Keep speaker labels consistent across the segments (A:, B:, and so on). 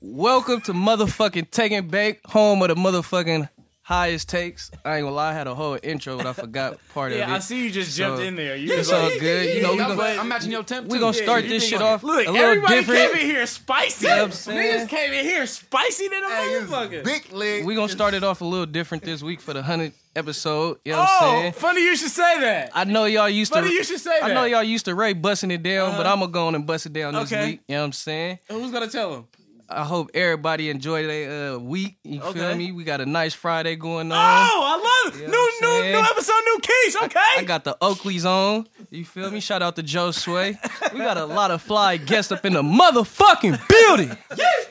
A: Welcome to motherfucking Taking Back, home of the motherfucking highest takes. I ain't gonna lie, I had a whole intro, but I forgot part of it.
B: Yeah, I see you just jumped
A: So-
B: in there. You
A: It's
B: just
A: all
B: like,
A: good. You know, we
C: I'm,
A: gonna,
C: I'm matching your temp.
A: we
C: too.
A: gonna
C: Yeah,
A: start
C: you
A: this
C: think
A: shit
C: on it.
A: off
B: look,
A: a little
B: everybody
A: different.
B: came in here spicy.
A: You know what I'm saying?
B: Niggas came in here spicy than a
C: Hey, it's
B: motherfucker.
C: Big leg.
A: We gonna start it off a little different this week for the hundred episode. You know what I'm
B: oh,
A: saying?
B: funny you should say that.
A: I know y'all used to.
B: Funny you should say
A: I know
B: that. Uh-huh.
A: y'all used to Ray busting it down, but I'm gonna go on and bust it down this
B: Okay.
A: week. You know what I'm saying?
B: Who's gonna tell him?
A: I hope everybody enjoy their uh, week. You feel
B: Okay.
A: me? We got a nice Friday going on.
B: Oh, I love it.
A: what
B: new,
A: I'm
B: new,
A: saying?
B: new episode, new keys. Okay.
A: I got the Oakleys on. You feel me? Shout out to Joe Sway. We got a lot of fly guests up in the motherfucking building.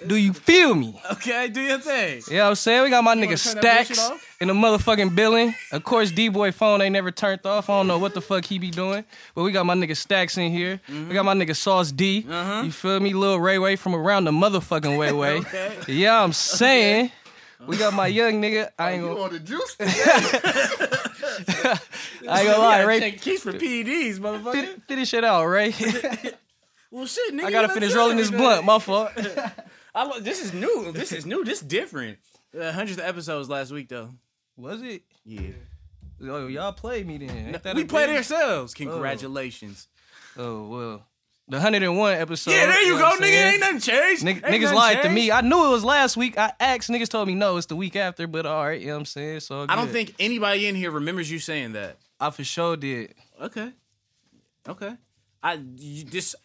A: Do you feel me?
B: okay, do your thing.
A: You know what I'm saying? We got my nigga
B: turn that bullshit
A: Stacks
B: off?
A: in the motherfucking building. Of course, D-Boy phone ain't never turned off. I don't know what the fuck he be doing. But we got my nigga Stacks in here. We got my nigga Sauce D.
B: Uh-huh.
A: You feel me? Lil Ray Way from around the motherfucking way way. Yeah, I'm saying. We got my young nigga. I ain't
C: You
A: gonna,
C: on the juice?
A: I ain't gonna
B: You
A: lie,
B: gotta
A: Ray.
B: Check keys for PEDs, motherfucker.
A: Fit, fit this shit out, Ray.
B: Well, shit, nigga.
A: I
B: you
A: gotta
B: done
A: finish
B: said
A: rolling this
B: everything.
A: blunt. My fault.
B: I lo- this is new. This is new. This different. Uh, hundreds of episodes last week though.
A: Was it?
B: Yeah,
A: Oh, y'all played me then. Ain't that
B: we
A: a
B: played
A: bitch?
B: ourselves. Congratulations.
A: Oh well, the hundred and one episode.
B: yeah, there you
A: know
B: go,
A: what I'm
B: nigga.
A: saying?
B: Ain't nothing changed.
A: Nigg-
B: Ain't
A: niggas
B: nothing
A: lied to
B: changed.
A: me. I knew it was last week. I asked. Niggas told me no, it's the week after. But all right, you know what I'm saying. So
B: I don't think anybody in here remembers you saying that.
A: I for sure did.
B: Okay. Okay. I you just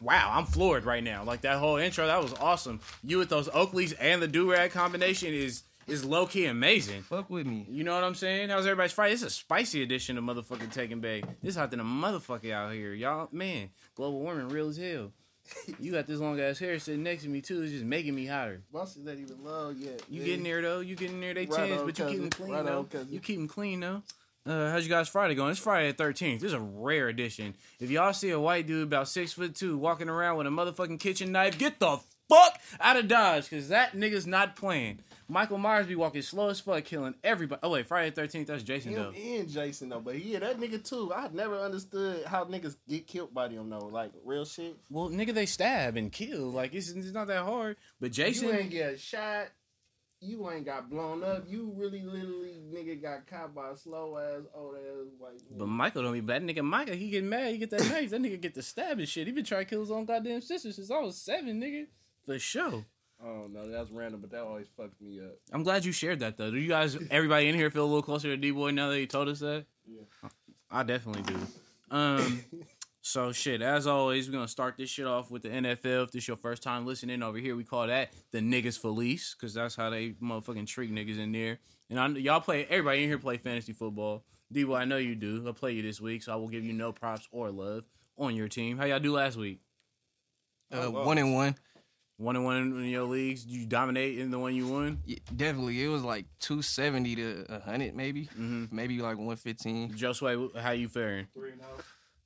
B: wow, I'm floored right now. Like that whole intro, that was awesome. You with those Oakleys and the do rag combination is is low key amazing.
A: Fuck with me.
B: You know what I'm saying? How's everybody's Friday? It's a spicy edition of motherfucking Taking Bay. This hot than a motherfucker out here, y'all. Man, global warming real as hell. You got this long ass hair sitting next to me too. It's just making me hotter.
C: Boss is not even low yet.
B: You getting there though? You getting there? They
C: Right
B: tens,
C: on,
B: but you keep
C: cousin.
B: them clean
C: Right on,
B: though.
C: cousin.
B: you keep them clean though. Uh, how's you guys Friday going? It's Friday the thirteenth. This is a rare edition. If y'all see a white dude about six foot two walking around with a motherfucking kitchen knife, get the fuck out of Dodge, cause that nigga's not playing. Michael Myers be walking slow as fuck, killing everybody. Oh wait, Friday the thirteenth. That's Jason
C: Him
B: though.
C: and Jason though, but yeah, that nigga too. I never understood how niggas get killed by them though. Like real shit.
B: Well, nigga, they stab and kill. Like it's, it's not that hard. But
C: You ain't
B: Jason,
C: get shot. You ain't got blown up. You really literally nigga got caught by a slow ass old ass white.
B: but
C: nigga.
B: Michael don't be that nigga. Michael, he get mad. He get that knife. That nigga get the stab and shit. He been trying to kill his own goddamn sister since I was seven, nigga. For sure.
C: I don't know. That's random, but that always fucked me up.
B: I'm glad you shared that though. Do you guys, everybody in here, feel a little closer to D Boy now that you told us that?
C: Yeah.
B: I definitely do. Um, so shit. As always, we're gonna start this shit off with the NFL. If this your first time listening over here, we call that the niggas felice because that's how they motherfucking treat niggas in there. And I, y'all play. Everybody in here play fantasy football. D Boy, I know you do. I play you this week, so I will give you no props or love on your team. How y'all do last week?
A: Uh,
C: lost.
A: one and one.
B: One and one in your leagues. You dominate in the one you won.
A: Yeah, definitely, it was like two seventy to hundred, maybe, maybe like one fifteen.
B: Joe Sway, Mm-hmm. how you faring?
C: Three and oh.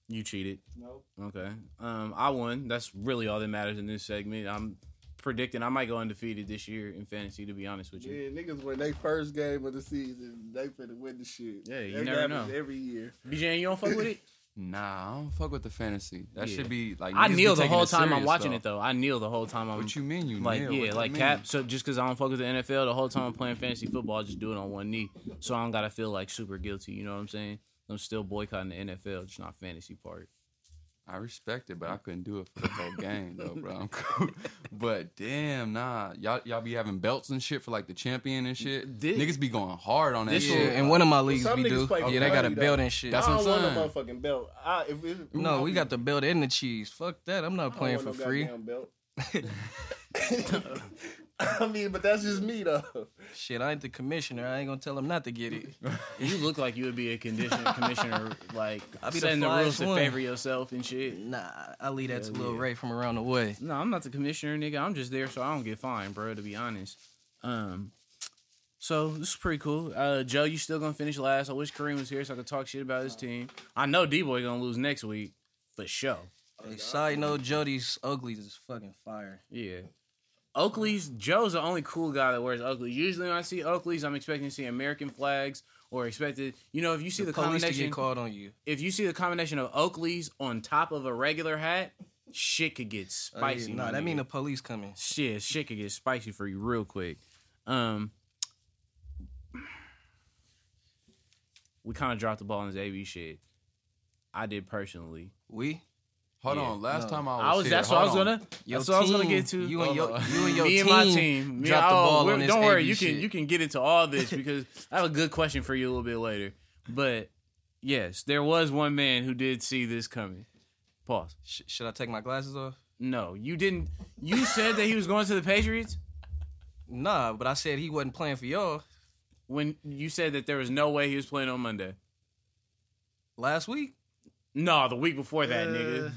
B: You cheated.
C: No.
B: Okay. Um, I won. That's really all that matters in this segment. I'm predicting I might go undefeated this year in fantasy. To be honest with you,
C: Yeah, niggas when they first game of the season, they finna win the shit.
B: Yeah, you
C: That
B: never
C: happens
B: know.
C: Every year.
B: BJ, you don't fuck with it.
D: Nah, I don't fuck with the fantasy. That
B: Yeah.
D: should be like
B: I
D: niggas be
B: kneel the
D: taking
B: whole
D: it
B: time I'm
D: serious,
B: watching it though. I kneel the whole time I'm
D: What you mean you
B: like
D: kneel? What
B: yeah,
D: you
B: like
D: mean?
B: cap. So just because I don't fuck with the NFL, the whole time I'm playing fantasy football, I just do it on one knee, so I don't gotta feel like super guilty. You know what I'm saying? I'm still boycotting the NFL, just not fantasy part.
D: I respect it, but I couldn't do it for the whole game though, bro. I'm cool. But damn, nah, y'all y'all be having belts and shit for like the champion and shit.
B: This-
D: niggas be going hard on that
B: This
A: Yeah,
D: shit.
B: will-
A: and one of my leagues
C: some
A: we
C: niggas
A: do.
C: play for
A: Yeah, they got a
C: money,
A: belt
C: though.
A: and shit.
D: That's
C: I
D: what
C: don't
D: I'm
C: want no motherfucking belt. I, if it,
A: no, we got the belt and the cheese. Fuck that. I'm not
C: I don't
A: playing
C: want
A: for
C: no
A: free.
C: goddamn Belt. I mean, but that's just me though.
A: Shit, I ain't the commissioner. I ain't gonna tell him not to get it.
B: You look like you would be a condition commissioner, like
A: I'll be the
B: setting the,
A: flyest
B: rules to
A: one.
B: favor yourself and shit.
A: Nah, I leave that to
B: Hell
A: Lil
B: yeah.
A: Ray from around the way.
B: No, I'm not the commissioner, nigga. I'm just there so I don't get fined, bro. To be honest. Um. So this is pretty cool. Uh, Joe, you still gonna finish last? I wish Kareem was here so I could talk shit about his team. I know D boy gonna lose next week for sure.
A: Hey, side note, Jody's uglies is fucking fire.
B: Yeah. Oakley's Joe's the only cool guy that wears Oakley. Usually when I see Oakley's, I'm expecting to see American flags or expected. You know, if you see the,
A: police to
B: combination,
A: get called on you. Uh,
B: if you see the combination of Oakley's on top of a regular hat, shit could get
A: Oh, yeah,
B: spicy.
A: nah,
B: my
A: that
B: nigga.
A: mean the police coming.
B: shit, shit could get spicy for you real quick. Um, we kind of dropped the ball on this AB shit. I did personally.
A: We
D: Hold
B: Yeah,
D: on. Last
A: no.
D: time I was,
B: I was.
D: here,
B: That's what I
D: hold
B: was
D: on.
B: gonna. that's what I was gonna get to.
A: You and your,
D: Hold on.
A: you and your
B: me
A: team,
B: and my team. Me,
A: dropped the
B: oh,
A: ball
B: we're-
A: on this.
B: Don't worry,
A: AB
B: you
A: shit.
B: can you can get into all this because I have a good question for you a little bit later. But yes, there was one man who did see this coming. Pause.
A: Sh- should I take my glasses off?
B: No, you didn't. You said that he was going to the Patriots
A: Nah, but I said he wasn't playing for y'all
B: when you said that there was no way he was playing on Monday.
A: last week.
B: No, the week before that, nigga.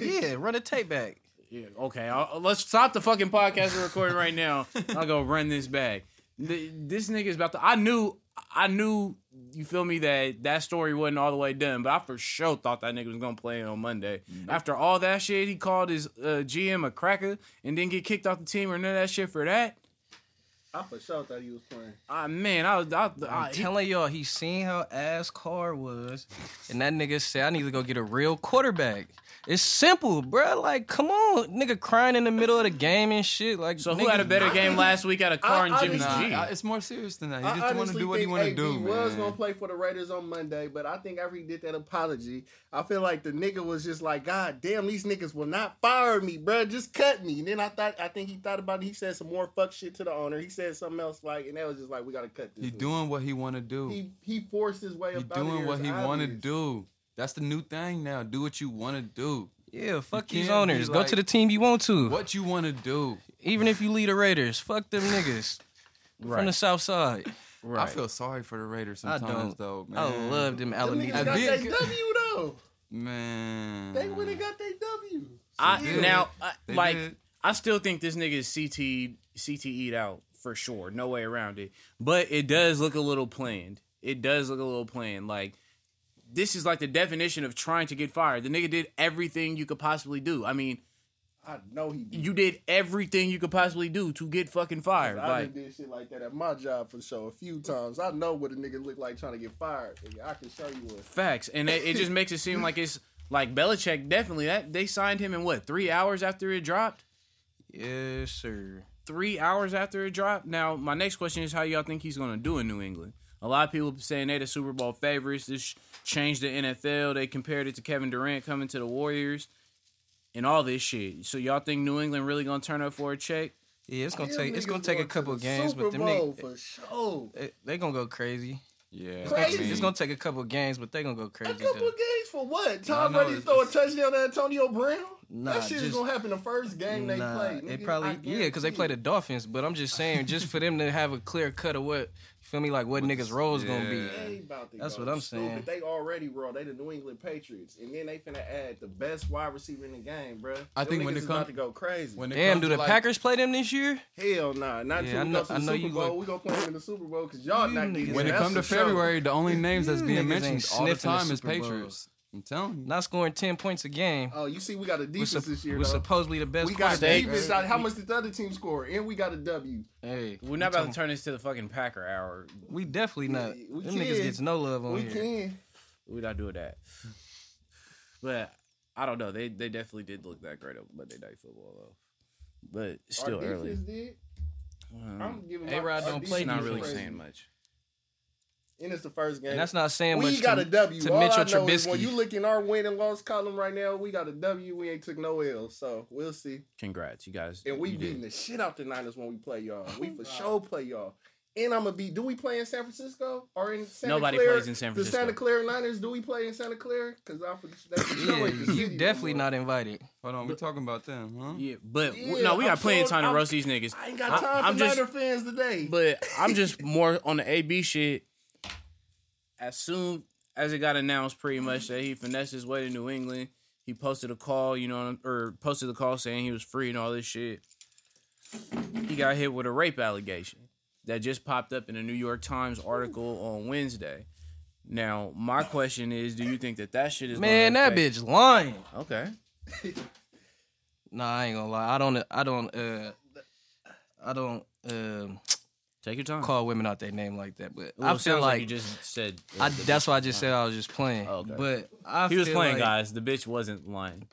A: Yeah, run the tape back.
B: Yeah, okay, I'll, let's stop the fucking podcast we're recording right now. I'll go run this back. Th- This nigga is about to. I knew, I knew. You feel me? That that story wasn't all the way done, but I for sure thought that nigga was gonna play on Monday. After all that shit, he called his uh, GM a cracker and didn't get kicked off the team or none of that shit for that.
C: I for sure thought he was playing.
B: Ah man, I was. I,
A: I'm
B: I, Uh, he-
A: telling y'all, he seen how ass Carr was, and that nigga said, "I need to go get a real quarterback." It's simple, bruh. Like, come on, nigga, crying in the middle of the game and shit. Like,
B: so who had a
A: nigga-
B: better game last week out of Carr and
C: I- I
B: Jimmy G?
C: honestly-
D: Nah, I- it's more serious than that. He
C: I
D: just want to
C: honestly
D: do what he
C: think
D: want to
C: AB
D: do,
C: was
D: man.
C: gonna play for the Raiders on Monday, but I think after he did that apology, I feel like the nigga was just like, God damn, these niggas will not fire me, bruh. Just cut me. And then I thought, I think he thought about it. He said some more fuck shit to the owner. He said something else like, and that was just like, we gotta cut this.
D: He
C: nigga.
D: doing what he want to do.
C: He he forced his way
D: He
C: up. out of
D: doing
C: here,
D: what
C: it's
D: he want to
C: obvious.
D: do. That's the new thing now. Do what you want to do.
A: Yeah, fuck
D: You
A: these
D: can't be
A: owners. go
D: like-
A: to the team you want to,
D: What you want to do.
A: even if you lead the Raiders. Fuck them niggas from the South Side.
D: I feel sorry for the Raiders
A: I
D: sometimes,
A: don't.
D: though, man.
A: I love them
C: Them niggas
A: Alameda.
C: got
D: Big-
C: that W though.
D: Man.
C: They went and got their W.
B: I
D: did.
B: now I,
D: They
B: like
D: did.
B: I still think this nigga is CT CTE'd out for sure. No way around it. But it does look a little planned. It does look a little planned. Like this is like the definition of trying to get fired. The nigga did everything you could possibly do. I mean,
C: I know he did.
B: you did everything you could possibly do to get fucking fired.
C: I
B: Like
C: done did shit like that at my job for sure a few times. I know what a nigga look like trying to get fired. nigga. I can show you what.
B: facts, and it, it just makes it seem like it's like Belichick definitely that they signed him in what three hours after it dropped.
A: Yes, sir.
B: three hours after it dropped. Now, my next question is how y'all think he's going to do in New England? A lot of people saying they the Super Bowl favorites. This changed the NFL. They compared it to Kevin Durant coming to the Warriors and all this shit. So y'all think New England really going to turn up for a check?
A: Yeah, it's gonna
C: Them
A: take it's
C: niggas
A: gonna take a
C: going to
A: couple
C: the
A: games,
C: Super
A: but them
C: Bowl
A: niggas
C: for sure.
A: they, they gonna go crazy.
D: Yeah.
C: Crazy.
D: I mean,
A: It's gonna take a couple games, but they gonna go
C: A
A: crazy.
C: couple
A: though.
C: of games for what? Tom
D: know,
C: Brady to
D: it's-
C: throw a touchdown to Antonio Brown?
A: Nah,
C: that shit is
A: just-
C: gonna happen the first game they
A: Nah,
C: play.
A: They
C: nigga. I
A: probably yeah, because they
C: guarantee
A: play the
C: it.
A: Dolphins. But I'm just saying, just for them to have a clear cut of what you feel me, like what,
D: What
A: niggas'
D: the-
A: roles gonna be.
D: yeah.
C: They about to
A: That's
C: go
A: what I'm
C: stupid.
A: saying.
C: They already raw. They the New England Patriots, and then they finna add the best wide receiver in the game, bruh.
D: I
C: Them
D: think
C: niggas
D: when it
C: is
D: come-
C: about to go crazy.
D: when it
A: Damn,
D: comes
A: do
D: to,
A: the
D: like-
A: Packers play them this year?
C: Hell nah, not
A: Yeah,
C: till
A: I
C: we
A: know-
C: go to
A: I
C: the
A: know
C: Super
A: you
C: Bowl.
A: look-
C: we gonna play them in the Super Bowl because y'all not getting
D: When it
C: that's
D: comes to
C: for sure.
D: February, the only names that's
A: Niggas
D: being
A: ain't
D: mentioned all the
A: sniffing the
D: time is
A: Super Bowl.
D: Patriots. I'm telling you.
A: Not scoring ten points a game.
C: Oh, you see, we got a
A: We're,
C: defense
A: sup-
C: this year.
A: we're
C: though.
A: supposedly the best
C: we got
A: quarterback.
C: defense. out- How much did the other team score? And we got a W.
A: Hey,
B: We're not
A: I'm
B: about to
A: telling-
B: turn this to the fucking Packer hour.
A: We definitely not.
C: Yeah, we
A: them
C: can.
A: niggas gets no love on
C: We
A: here.
C: can.
B: We not doing that. But I don't know. They they definitely did look that great up Monday Night Football though. But still
C: Our
B: early.
C: defense did.
B: Um,
C: I'm giving.
A: A-Rod
C: our- our
A: don't play
C: defense
B: not
A: defense.
B: really
C: crazy.
B: saying much.
C: And it's the first game.
A: And that's not saying much
C: we got
A: to,
C: a W.
A: to
C: All
A: Mitchell
C: I know is when
A: Trubisky.
C: you look in our win and loss column right now, we got a W. We ain't took no L, so we'll see.
B: Congrats, you guys.
C: And we
B: you did.
C: beating the shit out the Niners when we play y'all. We for sure play y'all. And I'm gonna be. Do we play in San Francisco or in Santa
B: Nobody
C: Clara?
B: plays in San
C: The
B: Francisco.
C: Santa Clara Niners. Do we play in Santa Clara? Because I'm for, they for sure
A: yeah,
C: ain't the
A: you
C: city no
A: definitely
C: more.
A: not invited.
D: Hold on, we talking about them, huh?
B: Yeah, but w
C: Yeah,
B: no, we
C: I'm
B: got plenty of
C: sure-
B: time to
C: I'm-
B: roast these niggas.
C: I ain't got time
B: I'm
C: for
B: just,
C: Niner fans today.
B: but I'm just more on the AB shit. As soon as it got announced, pretty much that he finessed his way to New England, he posted a call, you know, what I'm- or posted a call saying he was free and all this shit. He got hit with a rape allegation that just popped up in a New York Times article on Wednesday. Now, my question is, do you think that that shit is
A: Man,
B: gonna
A: that
B: affect-
A: bitch lying.
B: Okay,
A: Nah, I ain't gonna lie. I don't. I don't. Uh, I don't um
B: take your time.
A: call women out their name like that. But
B: Well,
A: I
B: it
A: feel
B: sounds
A: like,
B: you just said
A: I, that's why I just said I was just playing.
B: Oh, okay.
A: But I
B: he was
A: feel
B: playing,
A: like-
B: guys. The bitch wasn't lying.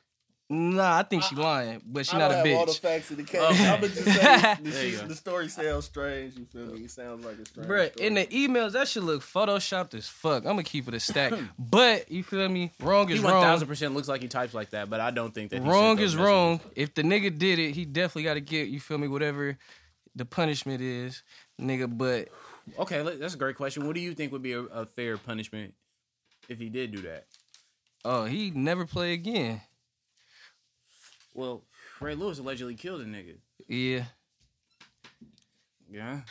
A: Nah, I think she lying, but she
C: I
A: not
C: don't
A: a
C: have all the
A: bitch.
C: facts of the case.
B: Okay.
C: I'm gonna just say the,
B: There you go.
C: the story sounds strange. You feel me? It sounds like a strange.
A: Bruh,
C: story.
A: in the emails, that shit look photoshopped as fuck. I'm gonna keep it a stack. but you feel me? Wrong
B: He
A: is
B: one
A: wrong.
B: thousand percent looks like he types like that, but I don't think that he sent
A: Wrong
B: those
A: is
B: messages.
A: wrong. If the nigga did it, he definitely gotta get, you feel me, whatever the punishment is, nigga. But
B: Okay, let- that's a great question. What do you think would be a, a fair punishment if he did do that?
A: oh, he never play again.
B: Well, Ray Lewis allegedly killed a nigga.
A: Yeah.
B: Yeah.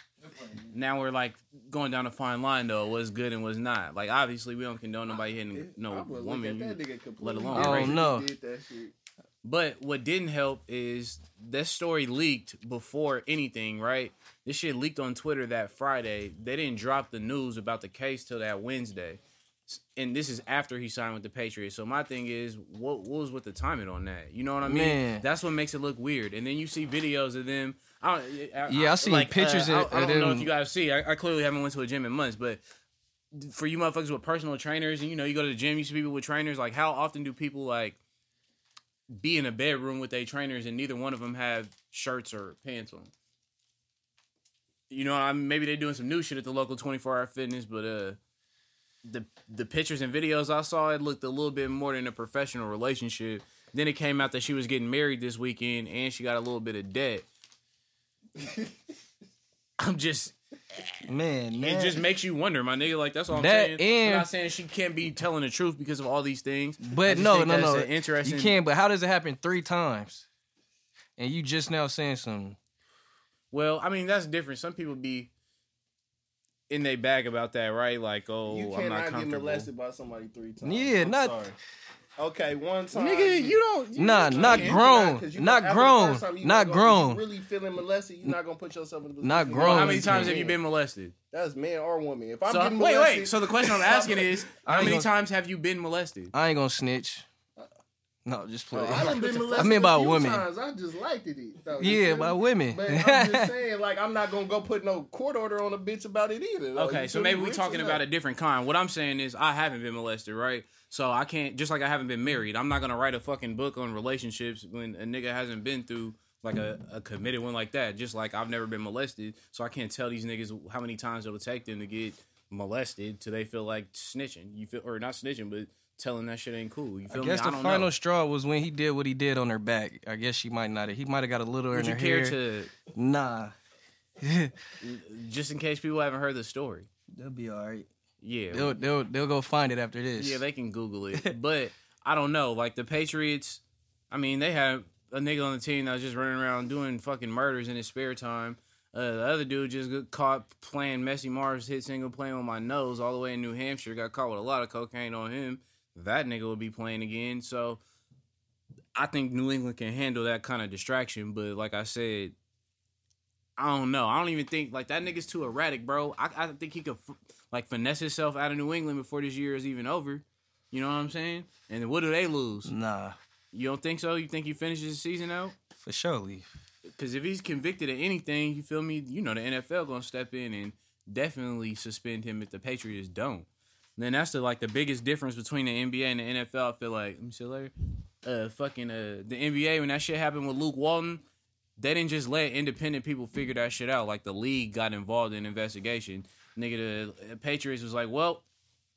B: Now we're like going down a fine line though. What's good and what's not. Like obviously we don't condone nobody hitting
C: I
B: no
C: would look
B: woman.
C: at that
B: You-
C: nigga completely
B: alone
C: different if
A: rape.
C: he
A: Oh, no.
C: did that shit.
B: But what didn't help is this story leaked before anything, right? This shit leaked on Twitter that Friday. They didn't drop the news about the case till that Wednesday. S- And this is after he signed with the Patriots. So my thing is, what, what was with the timing on that? You know what I mean?
A: Man.
B: That's what makes it look weird. And then you see videos of them. I don't, I, uh,
A: Yeah, I seen pictures
B: I,
A: of-
B: I don't
A: of
B: know
A: them.
B: if you guys see. I, I clearly haven't went to a gym in months, but for you motherfuckers with personal trainers, and you know, you go to the gym, you see people with trainers. Like, how often do people like be in a bedroom with their trainers and neither one of them have shirts or pants on? You know, I mean, maybe they're doing some new shit at the local twenty four hour fitness, but uh, the the pictures and videos I saw, it looked a little bit more than a professional relationship. Then it came out that she was getting married this weekend and she got a little bit of debt. I'm just
A: Man, man.
B: it just makes you wonder, my nigga. Like that's all I'm
A: That
B: saying. I'm
A: and-
B: not saying she can't be telling the truth because of all these things. I
A: But
B: just
A: no,
B: think
A: no,
B: that
A: no.
B: it's an Interesting.
A: You can, but how does it happen three times? And you just now saying something.
B: Well, I mean that's different. Some people be in their bag about that, right? Like, oh,
C: You
B: I'm not
C: cannot get
B: comfortable.
C: molested by somebody three times.
A: Yeah,
C: I'm
A: not-
C: Sorry. Okay, one time.
B: Nigga, you don't. You
A: Nah,
B: don't-
A: not
B: you
A: grown.
C: because
A: Not
C: after the
A: grown.
C: first time, you
A: Not
C: gonna- if you
A: grown.
C: Really feeling molested, you're not gonna put yourself in the position.
A: Not
C: of-
A: grown.
B: How many times have you
C: Man.
B: been molested?
C: That's man or woman. If I'm
B: So,
C: getting
B: wait,
C: molested,
B: wait. So the question I'm asking is, how
A: ain't
B: many
A: gonna-
B: times have you been molested?
A: I ain't gonna snitch. No, just play.
C: Oh, I done been molested.
A: I mean by
C: a few
A: women.
C: Times. I just liked it. though, you
A: yeah,
C: feel
A: by
C: me?
A: women.
C: But I'm just saying, like, I'm not gonna go put no court order on a bitch about it either. though.
B: Okay,
C: You
B: so
C: feel me?
B: maybe we're
C: Rich
B: talking
C: or
B: about a
C: not.
B: different kind. What I'm saying is, I haven't been molested, right? So I can't, just like I haven't been married, I'm not gonna write a fucking book on relationships when a nigga hasn't been through like a, a committed one like that. Just like I've never been molested, so I can't tell these niggas how many times it'll take them to get molested till they feel like snitching. You feel, or not snitching, but telling that shit ain't cool. You feel
A: I guess
B: me?
A: the
B: I don't
A: final
B: know.
A: straw was when he did what he did on her back. I guess she might not. He might have got a little
B: Would
A: in
B: you
A: her
B: care
A: hair.
B: to,
A: Nah, that'll
B: just in case people haven't heard the story?
A: be all right.
B: Yeah,
A: They'll they'll they'll go find it after this.
B: Yeah, they can Google it. But I don't know. Like the Patriots, I mean, they had a nigga on the team that was just running around doing fucking murders in his spare time. Uh, the other dude just got caught playing Messi Mars hit single playing with my nose all the way in New Hampshire. Got caught with a lot of cocaine on him. That nigga will be playing again. So I think New England can handle that kind of distraction. But like I said, I don't know. I don't even think like that nigga's too erratic, bro. I, I think he could f- like finesse himself out of New England before this year is even over. You know what I'm saying? And what do they lose?
A: nah,
B: You don't think so? You think he finishes the season out?
A: for sure. Lee.
B: Because if he's convicted of anything, you feel me? You know the NFL gonna step in and definitely suspend him if the Patriots don't. Then that's the like the biggest difference between the NBA and the NFL. I feel like let me see later. Uh, fucking uh, the NBA when that shit happened with Luke Walton, they didn't just let independent people figure that shit out. Like the league got involved in an investigation. Nigga, the uh, Patriots was like, well,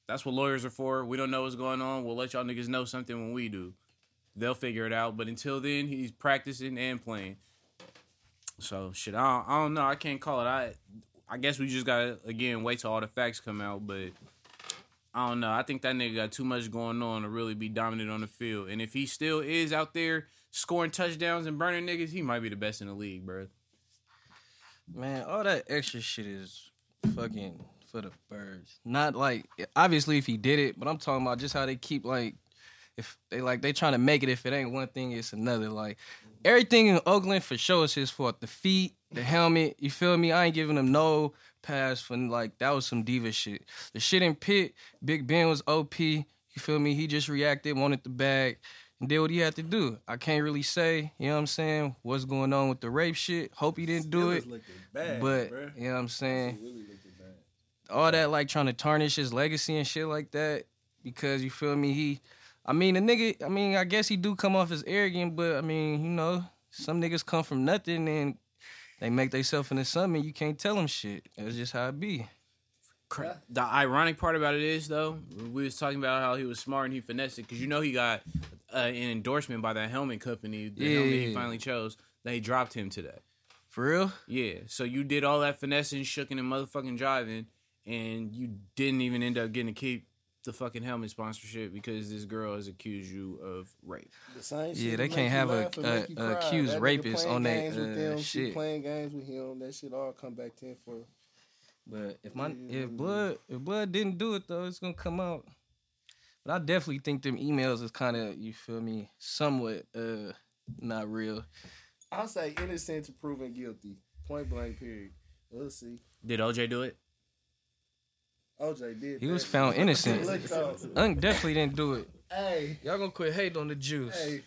B: that's what lawyers are for. We don't know what's going on. We'll let y'all niggas know something when we do. They'll figure it out. But until then, he's practicing and playing. So shit, I don't, I don't know. I can't call it. I I guess we just gotta again wait till all the facts come out. But I don't know. I think that nigga got too much going on to really be dominant on the field. And if he still is out there scoring touchdowns and burning niggas, he might be the best in the league, bro.
A: Man, all that extra shit is fucking for the birds. Not like obviously if he did it, but I'm talking about just how they keep like if they like they trying to make it if it ain't one thing it's another. Like everything in Oakland for sure is his fault. The feet, the helmet, you feel me? I ain't giving him no pass for like that was some diva shit. The shit in pit, Big Ben was OP. You feel me? He just reacted, wanted the bag, and did what he had to do. I can't really say, you know what I'm saying, what's going on with the rape shit. Hope he didn't do
C: Steelers
A: it.
C: looking bad,
A: But
C: bruh.
A: you know what I'm saying?
C: Really looking bad.
A: All that like trying to tarnish his legacy and shit like that because you feel me? He I mean, the nigga. I mean, I guess he do come off as arrogant, but I mean, you know, some niggas come from nothing and they make themselves into something. You can't tell them shit. That's just how it be.
B: Cra- The ironic part about it is though, we was talking about how he was smart and he finessed it because you know he got uh, an endorsement by that helmet company. The
A: Yeah.
B: helmet he finally chose, they dropped him to that.
A: For real.
B: Yeah, so you did all that finessing, shooking, and motherfucking driving, and you didn't even end up getting to keep the fucking helmet sponsorship because this girl has accused you of rape.
C: The same
A: Yeah,
C: shit
A: they
C: that
A: can't
C: make you
A: have a-
C: laugh and
A: a-
C: make you
A: a
C: cry.
A: accused
C: That nigga
A: rapist
C: playing
A: on that,
C: games with
A: uh,
C: them. She
A: shit.
C: playing games with him. That shit all come back to him for.
A: But if my if blood if blood didn't do it though, it's gonna come out. But I definitely think them emails is kind of you feel me somewhat uh not real.
C: I'll say innocent to proven guilty. Point blank. Period. We'll see.
B: Did OJ do it?
C: OJ did.
A: He was
C: that.
A: found innocent.
C: Look though.
A: Unk definitely didn't do it.
C: Hey,
A: Y'all gonna quit hating on the Jews.
C: hey,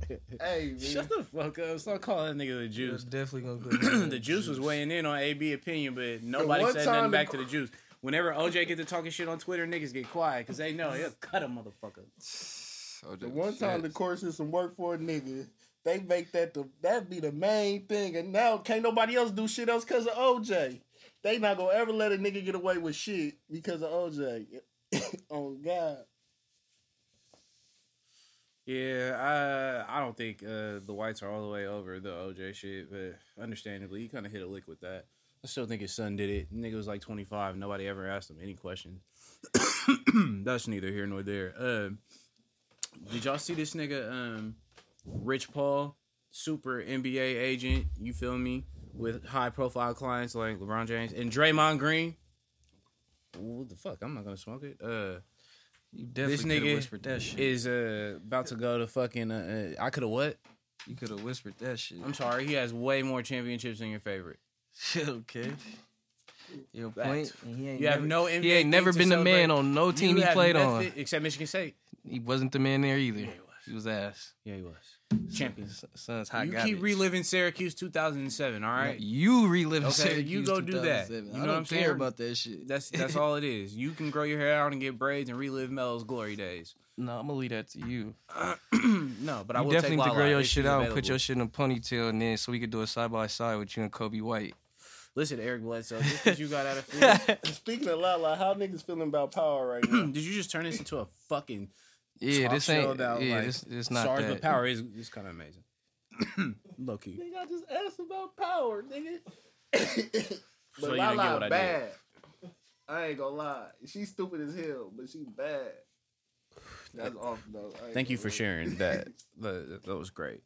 C: hey, man.
B: Shut the fuck up! Stop calling that nigga the
A: It
B: juice.
A: was definitely gonna quit. hating on
B: the juice was weighing in on AB opinion, but nobody
C: one
B: said
C: time
B: nothing
C: the-
B: back to the juice. Whenever OJ get to talking shit on Twitter, niggas get quiet because they know he'll cut a motherfucker.
C: The one time the court system worked for a nigga, they make that the that be the main thing, and now can't nobody else do shit else because of OJ. They not gonna ever let a nigga get away with shit because of OJ. On God,
B: Yeah, I I don't think uh, the whites are all the way over the OJ shit, but understandably, he kind of hit a lick with that. I still think his son did it. Nigga was like 25. Nobody ever asked him any questions. That's neither here nor there. Um did y'all see this nigga, um, Rich Paul, super NBA agent? You feel me? With high profile clients like LeBron James and Draymond Green. What the fuck? I'm not gonna smoke it. Uh,
A: You definitely
B: This
A: coulda
B: nigga
A: whispered that shit.
B: is uh about to go to fucking. Uh, uh, I could have what?
A: you could have whispered that shit.
B: I'm sorry, he has way more championships than your favorite.
A: okay. Your point. and He ain't
B: You have
A: never-
B: no NBA
A: He ain't never
B: thing
A: been
B: to
A: the man
B: celebrate.
A: on no team
B: You
A: he
B: have
A: played
B: nothing
A: on.
B: except Michigan State.
A: He wasn't the man there either.
B: he was.
A: He was ass.
B: Yeah, he was champions.
A: Son's hot
B: you
A: garbage.
B: keep reliving Syracuse 2007. All right,
A: You relive
B: Okay,
A: Syracuse
B: you go do that.
A: 2007. I
B: You know
A: don't
B: what I'm
A: care
B: saying?
A: about that shit.
B: that's that's all it is. You can grow your hair out and get braids and relive Melo's glory days.
A: no, I'm gonna leave that to you.
B: no, but I
A: You definitely
B: will take
A: need to
B: Lala
A: grow your
B: if
A: shit
B: she's
A: out and
B: available.
A: put your shit in a ponytail, and then so we could do a side by side with you and Kobe White.
B: Listen, Eric Bledsoe, just 'cause you got out of field,
C: speaking of Lala, how niggas feeling about power right now?
B: did you just turn this into a fucking
A: Yeah,
B: talk
A: this
B: show
A: ain't.
B: about,
A: yeah,
B: like,
A: this it's not
B: SARS,
A: that.
B: but power is is kind of amazing. Low key.
C: nigga, I just asked about power, nigga. but
B: So you didn't get
C: Lala
B: what I did.
C: bad. I ain't gonna lie, she stupid as hell, but she bad. That's off though. I ain't
B: Thank you
C: gonna
B: for
C: lie.
B: sharing that. that, that was great.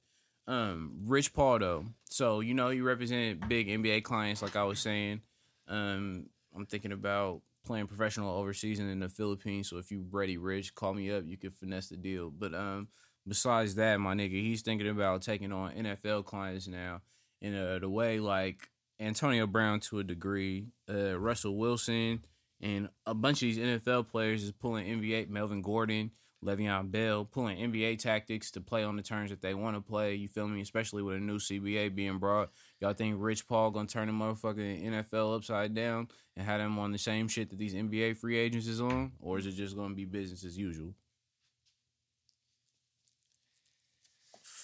B: Um, Rich Paul though. So you know you represent big NBA clients, like I was saying. Um, I'm thinking about playing professional overseas and in the Philippines. So if you ready, Rich, call me up. You can finesse the deal. But um, besides that, my nigga, he's thinking about taking on NFL clients now in uh, the way like Antonio Brown to a degree, uh, Russell Wilson, and a bunch of these NFL players is pulling NBA Melvin Gordon. Le'Veon Bell pulling NBA tactics to play on the turns that they want to play. You feel me? Especially with a new CBA being brought. Y'all think Rich Paul gonna turn the motherfucking NFL upside down and have them on the same shit that these NBA free agents is on, or is it just gonna be business as usual?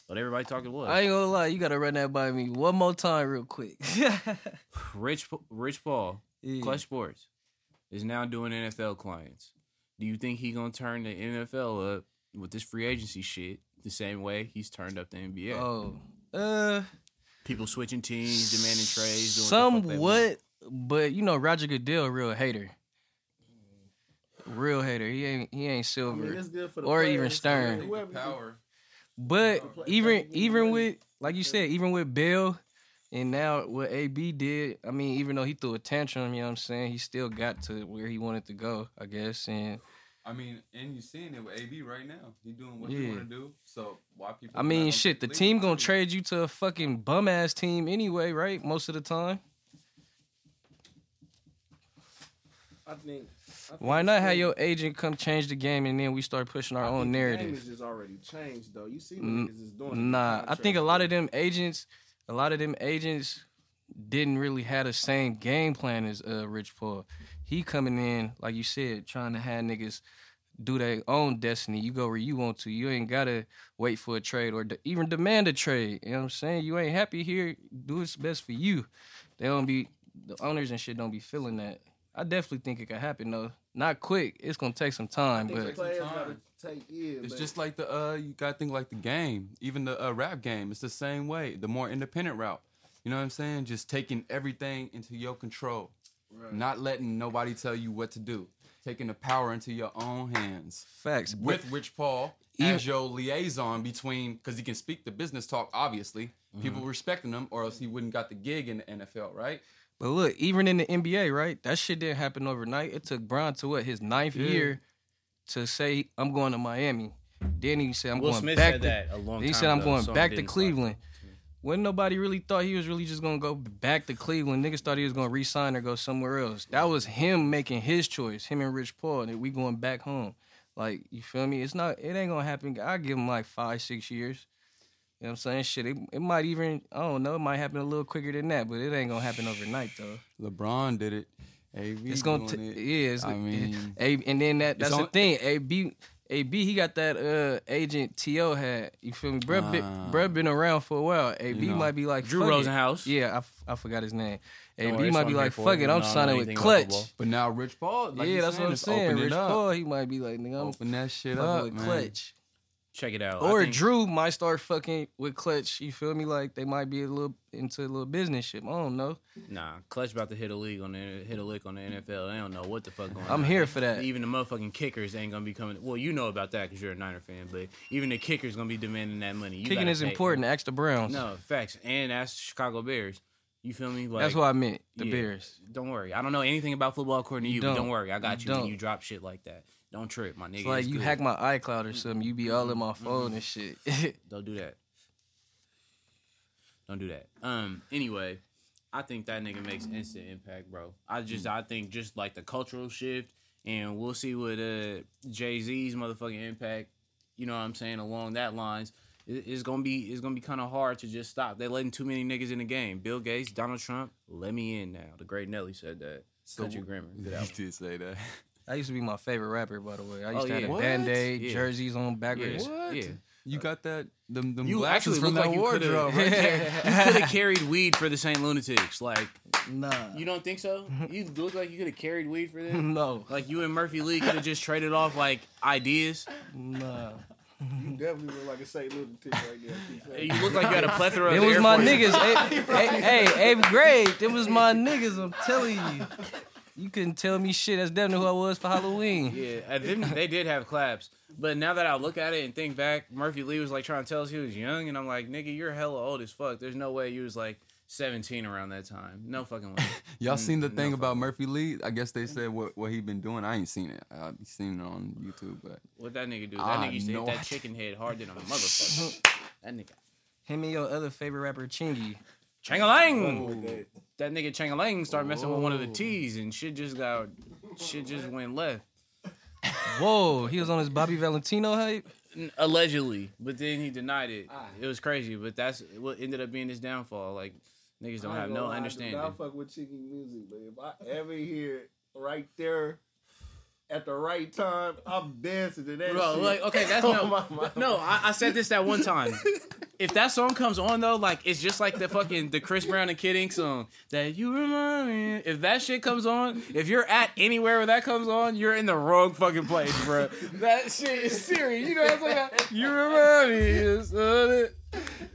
B: But everybody talking was
A: I ain't gonna lie, you gotta run that by me one more time, real quick.
B: Rich Rich Paul
A: Yeah.
B: Clutch Sports is now doing NFL clients. Do you think he gonna turn the NFL up with this free agency shit the same way he's turned up the NBA?
A: Oh, uh,
B: People switching teams, demanding trades, doing
A: somewhat, but you know Roger Goodell, real hater, real hater. He ain't he ain't
C: I
A: silver.
C: mean, it's good for the
A: Or even
C: players,
A: Stern.
C: Whoever-
D: power.
A: But
C: Play-
A: even
C: play-
A: even
C: play-
A: with like you said, even with Bill and now what AB did, I mean, even though he threw a tantrum, you know what I'm saying, he still got to where he wanted to go, I guess. And
D: I mean, and you seeing it with AB right now. He doing what
A: Yeah.
D: he want to do. So why people?
A: I mean, shit, the team gonna trade you to a fucking bum ass team anyway, right? Most of the time.
C: I think. I think
A: Why not have
C: Stern-
A: your agent come change the game and then we start pushing our
C: I
A: own
C: think the game
A: narrative?
C: is just already changed though. You see what
A: Mm,
C: niggas is doing. with the
A: Nah, I think a
C: contracts,
A: lot
C: though.
A: of them agents, a lot of them agents didn't really have the same game plan as uh, Rich Paul. He coming in, like you said, trying to have niggas do their own destiny. You go where you want to. You ain't gotta wait for a trade or de- even demand a trade. You know what I'm saying? You ain't happy here. Do what's best for you. They don't be the owners and shit don't be feeling that. I definitely think it could happen though. Not quick. It's gonna take some
C: I
A: time,
C: think the
A: but
C: players
D: Take some
C: gotta
D: time.
C: take yeah.
D: It's
C: but
D: just like the uh, you gotta think like the game, even the uh, rap game. It's the same way. The more independent route, you know what I'm saying? Just taking everything into your control,
C: Right.
D: not letting nobody tell you what to do, taking the power into your own hands.
A: facts. But-
D: With Rich Paul
A: Even-
D: as your liaison between, because he can speak the business talk. Obviously, people
A: Mm-hmm.
D: respecting him, or else he wouldn't got the gig in the NFL, right?
A: But look, even in the NBA, right? That shit didn't happen overnight. It took Bron to what his ninth
D: Yeah.
A: year to say I'm going to Miami. Then he said I'm
B: Will
A: going
B: Smith
A: back
B: said
A: to.
B: that a long time
A: He said I'm
B: ago,
A: going
B: so I
A: back to
B: didn't
A: Cleveland. When nobody really thought he was really just gonna go back to Cleveland, niggas thought he was gonna re-sign or go somewhere else. That was him making his choice. Him and Rich Paul, that we going back home. Like you feel me? It's not. It ain't gonna happen. I give him like five, six years. You know what I'm saying? Shit, it, it might even. I don't know. It might happen a little quicker than that, but it ain't gonna happen overnight though.
D: LeBron did it. AV
A: It's gonna
D: doing
A: t-
D: it.
A: yeah. It's,
D: I mean-
A: A, and then that that's
D: It's
A: the
D: on-
A: thing. AB AB he got that uh agent To had. You feel me? Bruh, been-
D: Ah.
A: bruh been around for a while. AB
D: You know.
A: might be like
B: Drew
A: fuck it.
B: Rosenhaus.
A: Yeah, I, f- I forgot his name.
B: Don't
A: AB
B: worry, it's
A: might
B: on
A: be
B: here
A: like
B: for
A: fuck
B: you.
A: it. I'm
B: No, no,
A: signing with
B: anything about
A: Clutch.
B: football.
D: But now Rich Paul, like
A: yeah,
D: you're
A: that's what I'm
D: just
A: saying.
D: Open it
A: Rich
D: up.
A: Paul he might be like nigga I'm
D: Open that shit
A: fucking
D: up,
A: with
D: man.
A: Clutch.
B: Check it out. I
A: Or
B: think-
A: Drew might start fucking with Clutch. You feel me? Like they might be a little into a little business shit. I don't know.
B: Nah, Clutch about to hit a league on the hit a lick on the NFL. They don't know what the fuck going on.
A: I'm here for that.
B: Even the motherfucking kickers ain't gonna be coming. Well, you know about that because you're a Niner fan, but even the kickers gonna be demanding that money. You
A: Kicking
B: gotta
A: is
B: pay-
A: important. Ask the Browns.
B: No facts, and that's the Chicago Bears. You feel me? Like,
A: that's what I meant. The
B: yeah.
A: Bears.
B: Don't worry, I don't know anything about football according to you. but
A: don't.
B: don't worry, I got
A: You
B: you. when
A: don't.
B: you drop shit like that. Don't trip, my nigga.
A: It's like
B: It's Mm-hmm.
A: you
B: cool.
A: hack my iCloud or something. You be all in my phone and shit.
B: Don't do that. Don't do that. Um. Anyway, I think that nigga makes instant impact, bro. I just, I think just like the cultural shift, and we'll see what uh Jay Z's motherfucking impact. You know what I'm saying? Along that lines, it- it's gonna be, it's gonna be kind of hard to just stop. They letting too many niggas in the game. Bill Gates, Donald Trump, let me in now. The great Nelly said that. Country grammar. Good album.
D: He did say that.
A: I used to be my favorite rapper, by the way. I used
B: Oh,
A: to have
B: yeah.
A: a
B: What?
A: band aid,
B: Yeah.
A: jerseys on backwards.
B: Yeah. What? Yeah.
D: You got that? Them, them
B: You
D: glasses
B: actually
D: from
B: look
D: that
B: like you coulda-
D: wardrobe, right there.
B: You could have carried weed for the Saint Lunatics, like.
A: Nah.
B: You don't think so? You look like you could have carried weed for them.
A: no.
B: Like you and Murphy Lee could have just traded off like ideas.
A: Nah.
C: you definitely look like a St. Lunatic right there. I keep telling
B: You look like you had a plethora. of
A: It
B: the
A: was
B: Air
A: my
B: Force.
A: niggas. Hey, hey, hey, eighth grade. It was my niggas, I'm telling you. You couldn't tell me shit. That's definitely who I was for Halloween.
B: Yeah, and then they did have claps. But now that I look at it and think back, Murphy Lee was like trying to tell us he was young, and I'm like, nigga, you're hella old as fuck. There's no way you was like 17 around that time. No fucking way.
D: Y'all
B: Mm,
D: seen the
B: no
D: thing about
B: fucking way.
D: Murphy Lee? I guess they said what, what he been doing. I ain't seen it. I've seen it on YouTube, but
B: What that nigga do? That
D: I
B: nigga used to
D: know
B: hit
D: I-
B: that chicken head harder than a motherfucker. that nigga.
A: Him and your other favorite rapper, Chingy.
B: Changalang!
C: you with that.
B: that nigga Chang Lang started messing with one of the T's and shit just got shit just went left.
A: Whoa, he was on his Bobby Valentino hype?
B: N- Allegedly, but then he denied it.
C: Ah.
B: It was crazy, but that's what ended up being his downfall. Like niggas don't
C: I ain't
B: have
C: gonna
B: no
C: lie, I do
B: understanding.
C: not fuck with cheeky music, but if I ever hear it right there at the right time, I'm dancing to that.
B: Bro,
C: shit.
B: like okay, that's
C: Oh,
B: no,
C: my mama.
B: no. I, I said this that one time. If that song comes on though, like it's just like the fucking the Chris Brown and Kid Ink song that you remind me. If that shit comes on, if you're at anywhere where that comes on, you're in the wrong fucking place, bro. that shit is serious. You know what I'm saying? You remind me. it's on it.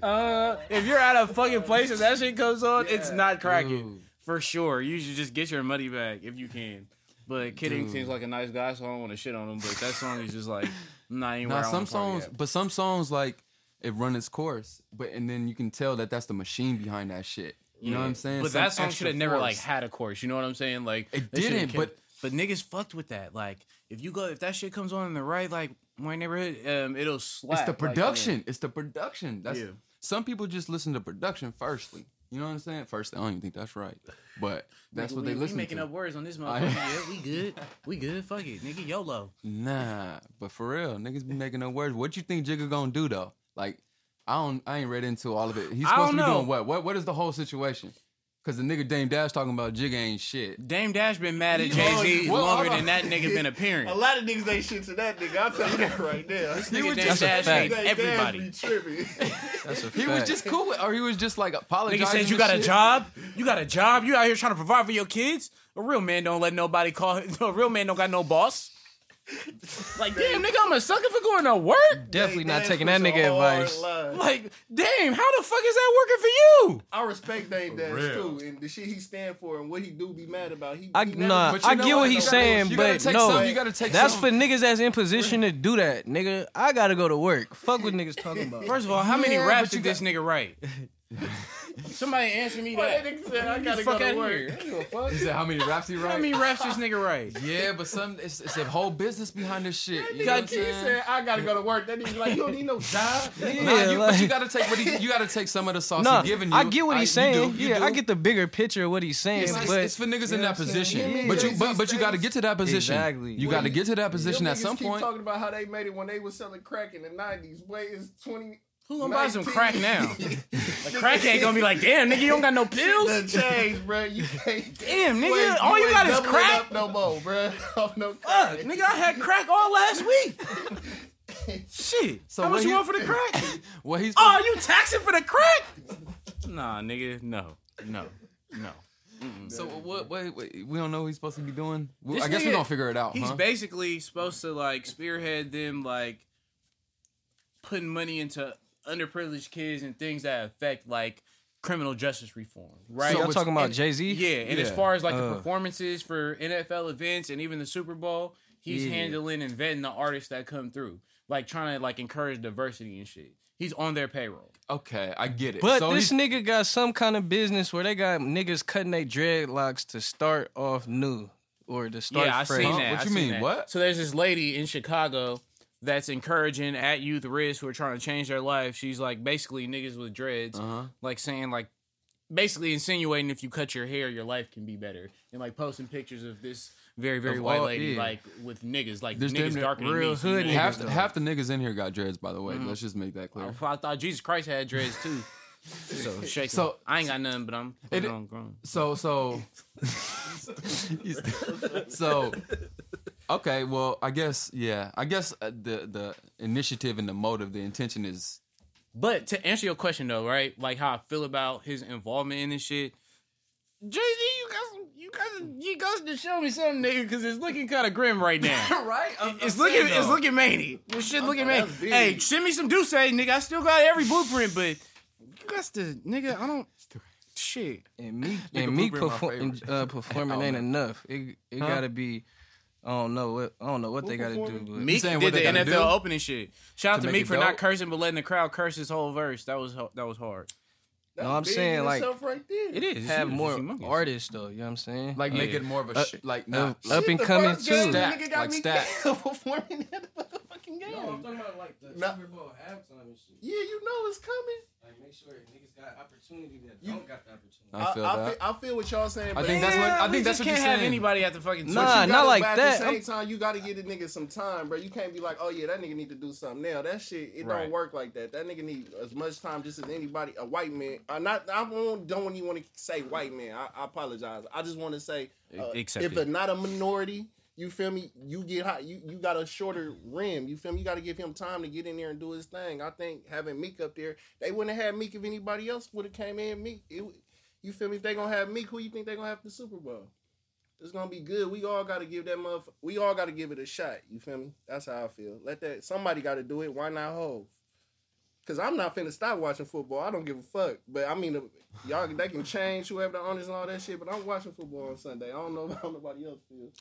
B: Uh, if you're at a fucking place and that shit comes on, it's
C: Yeah.
B: not cracking
D: Dude.
B: for sure. You should just get your money back if you can. But Kid Ink
D: Dude.
B: seems like a nice guy, so I don't want to shit on him. But that song is just like not anywhere.
D: Now
B: I wanna
D: some
B: party
D: songs,
B: at.
D: but some songs like it run its course, but and then you can tell that that's the machine behind that shit. You know what I'm saying?
B: But
D: Some
B: that song
D: extra
B: should have never like
D: force.
B: had a course. You know what I'm saying? Like
D: It
B: they shoulda
D: didn't,
B: kept- but niggas fucked with that. Like if you go, if that shit comes on in the right like my neighborhood, um, it'll slap.
D: It's the
B: like, on it.
D: production. it's the production. That's
B: Yeah.
D: some people just listen to production firstly. You know what I'm saying? First, I don't even think that's right, but that's
B: Nigga,
D: what
B: we,
D: they
B: we
D: listen
B: making
D: to.
B: up words on this
D: I-
B: motherfucker. yeah, we good. We good. Fuck it, nigga. YOLO.
D: Nah, but for real, niggas be making up words. What you think Jigga gonna do though? Like, I don't, I ain't read into all of it. He's
B: I
D: supposed to be
B: don't know.
D: doing what? What? What is the whole situation? Cause the nigga Dame Dash talking about Jig ain't shit.
B: Dame Dash been mad at
C: You
B: Jay Z
C: always-
D: well,
B: longer
D: hold
B: than
D: on.
B: that nigga been appearing.
C: A lot of niggas ain't shit to that nigga. I'll tell you that right now.
B: Nigga
D: was
B: Dame
D: just-
B: Dash
A: That's a fact.
B: hate everybody.
C: Everybody.
A: That's a fact.
D: He was just cool, with, or he was just like apologizing.
B: Nigga says you
D: and
B: got a
D: shit.
B: job. You got a job. You out here trying to provide for your kids. A real man don't let nobody call. A real man don't got no boss. Like damn, nigga, I'm a sucker for going to work.
A: definitely not
C: Dame
A: taking that
C: Dash was
A: nigga
C: a hard
A: advice.
C: line.
B: Like damn, how the fuck is that working for you?
C: I respect Dame Dash
D: real.
C: too, and the shit he stand for, and what he do be mad about. He,
A: I
C: he never-
A: nah,
D: But you
A: I
D: know
A: get
D: what?
A: what
D: You
A: he's
D: gotta-
A: saying,
D: you gotta
A: but
D: take
A: no,
D: some- you gotta take
A: that's
D: some.
A: for niggas that's in position to do that, nigga. I gotta go to work. Fuck what niggas talking about.
B: First of all, how many
D: Yeah,
B: raps
D: but you
B: did this nigga write? Somebody answer me
C: Boy, that
B: that.
C: nigga said I gotta
B: fuck
C: go to
B: outta
C: work.
B: here.
C: I give a fuck.
D: He said how many raps he
B: How
D: write?
B: many raps this nigga write?
D: yeah, but some it's, it's a whole business behind this shit. You know what
C: That
D: I'm
C: nigga he
D: saying?
C: said I gotta go to work. That nigga like you don't need no job.
A: Yeah,
D: Nah, you, but you
A: like-
D: gotta take what he, you gotta take some of the sauce
A: nah,
D: he's giving you.
A: I get what
D: I-
A: he's
D: you do,
A: saying.
D: you
A: yeah,
D: do.
A: I get the bigger picture of what he's saying,
D: It's, it's-
A: but
D: it's for niggas in
A: know what
D: that
A: I'm saying?
D: position,
A: Yeah,
D: but you
C: yeah,
D: but, but you got to get to that position.
A: Exactly.
D: You got to get to that position
C: Them
D: at
C: niggas
D: some
C: keep
D: point.
C: talking about how they made it when they was selling crack in the nineties. Wait, it's twenty.
B: Who gonna buy some
C: 19.
B: crack now? Like, crack ain't gonna be like, damn, nigga, you don't got no
C: The
B: pills.
C: change, bro. You can't.
B: Damn, nigga,
C: you ain't-
B: all you
C: ain't
B: got is
C: doubling
B: crack?
C: up No more, bro. Off no
B: Fuck,
C: crack.
B: nigga, I had crack all last week. Shit,
D: So
B: how much
D: what
B: you
D: he-
B: want for the crack?
D: Well, he's
B: Oh, you taxing for the crack? Nah, nigga, no, no, no.
D: so what, what, what? We don't know what he's supposed to be doing. We-
B: This
D: I guess
B: nigga-
D: we're gonna figure it out.
B: He's
D: huh?
B: basically supposed to like spearhead them like putting money into underprivileged kids and things that affect like criminal justice reform, right?
A: So y'all
D: what's-
A: talking about
B: and-
A: Jay Z?
B: Yeah, and as
D: Yeah.
B: far as like the
A: Uh.
B: performances for NFL events and even the Super Bowl, he's
A: Yeah.
B: handling and vetting the artists that come through, like trying to like encourage diversity and shit. He's on their payroll.
D: okay, I get it.
A: But
D: so
A: this
D: he's-
A: nigga got some kind of business where they got niggas cutting their dreadlocks to start off new or to start
B: yeah, I
A: fresh.
B: seen
D: Huh?
B: that.
D: What
B: I
D: you
B: seen
D: mean?
B: that.
D: What?
B: So there's this lady in Chicago that's encouraging at youth risk who are trying to change their life. She's like basically niggas with dreads,
D: Uh-huh.
B: like saying like basically insinuating if you cut your hair, your life can be better, and like posting pictures of this very very
D: Of
B: white
D: all-
B: lady
D: yeah.
B: like with niggas like
D: There's damn
B: niggas
D: near
B: darker than
A: real
B: me, so you
A: hood
B: know
D: half
B: niggas
D: the,
B: don't.
D: half the niggas in here got dreads. By the
A: Mm.
D: way, let's just make that clear.
B: I thought Jesus Christ had dreads too. So shake.
D: So-
B: So I ain't got nothing, but I'm
D: It-
B: it, on grown.
D: So so he's- so okay. Well, I guess yeah. I guess uh, the the initiative and the motive, the intention is
B: But to answer your question though, right? Like how I feel about his involvement in this shit. Jay Z, you got some, you got some, you got to show me something, nigga, because it's looking kind of grim right now.
D: right.
B: It's looking, it's looking many. This shit looking many.
C: that's big.
B: Hey, send me some Duce, nigga. I still got every blueprint, but you got to, nigga. I don't. Shit.
A: And Meek,
D: Nigga,
A: and Meek
D: Blueprint my
A: perform, and,
D: favorite.
A: uh, performing
D: Oh,
A: ain't
D: man.
A: enough. It it
D: Huh?
A: gotta be. I don't know what I don't know what
C: Who
A: they gotta do.
C: performing?
A: But
B: Meek
D: saying
B: did
D: what
B: the
D: they gotta
B: NFL
D: do
B: opening shit. Shout out to
D: to make
B: Meek
D: it
B: for not
D: dope?
B: cursing but letting the crowd curse his whole verse. That was that was hard.
C: That's
A: No, I'm
C: big
A: saying,
C: in
A: like,
C: itself right there.
B: It is
A: have more
B: art.
A: artists though. You know what I'm saying?
D: like
A: yeah.
D: make it more of a
A: Uh,
D: sh- like not
A: uh, up
C: Shit,
A: and
C: the
A: coming
C: first game,
A: too.
C: the
D: Stack,
C: nigga got
D: like
C: me
D: stack.
C: performing at the motherfucking game.
A: talking about like the
C: Nah. Super
A: Bowl halftime and shit.
C: Yeah, you know it's coming.
A: Like make sure niggas got opportunity that
C: You- don't
A: got the opportunity.
D: I feel
C: I,
D: that.
C: feel, I feel what y'all saying.
D: I
C: but
D: think that's what- I
B: we
D: think that's
B: just
D: what
B: can't
D: you're
B: have
D: saying.
B: another at the fucking
C: But
A: Nah,
C: you
A: not
C: gotta-
A: like
C: but at
A: that.
C: the
A: I'm-
C: same time, you got to give the nigga some time, bro. You can't be like, oh yeah, that nigga need to do something now. That shit, it
B: Right.
C: don't work like that. That nigga need as much time just as anybody. A white man, i not. I don't, don't even want to say white man. I, I apologize. I just want to say, uh,
B: Accepted.
C: if they're not a minority, you feel me? You get hot. You you got a shorter rim. You feel me? You got to give him time to get in there and do his thing. I think having Meek up there, they wouldn't have had Meek if anybody else would have came in. Meek, it, you feel me? If they gonna have Meek, who you think they gonna have at the Super Bowl? It's gonna be good. We all gotta give that motherfucker. We all gotta give it a shot. You feel me? That's how I feel. Let that somebody gotta do it. Why not Hove? Cause I'm not finna stop watching football. I don't give a fuck. But I mean, uh, y'all they can change whoever the owners and all that shit. But I'm watching football on Sunday. I don't know how nobody else feels.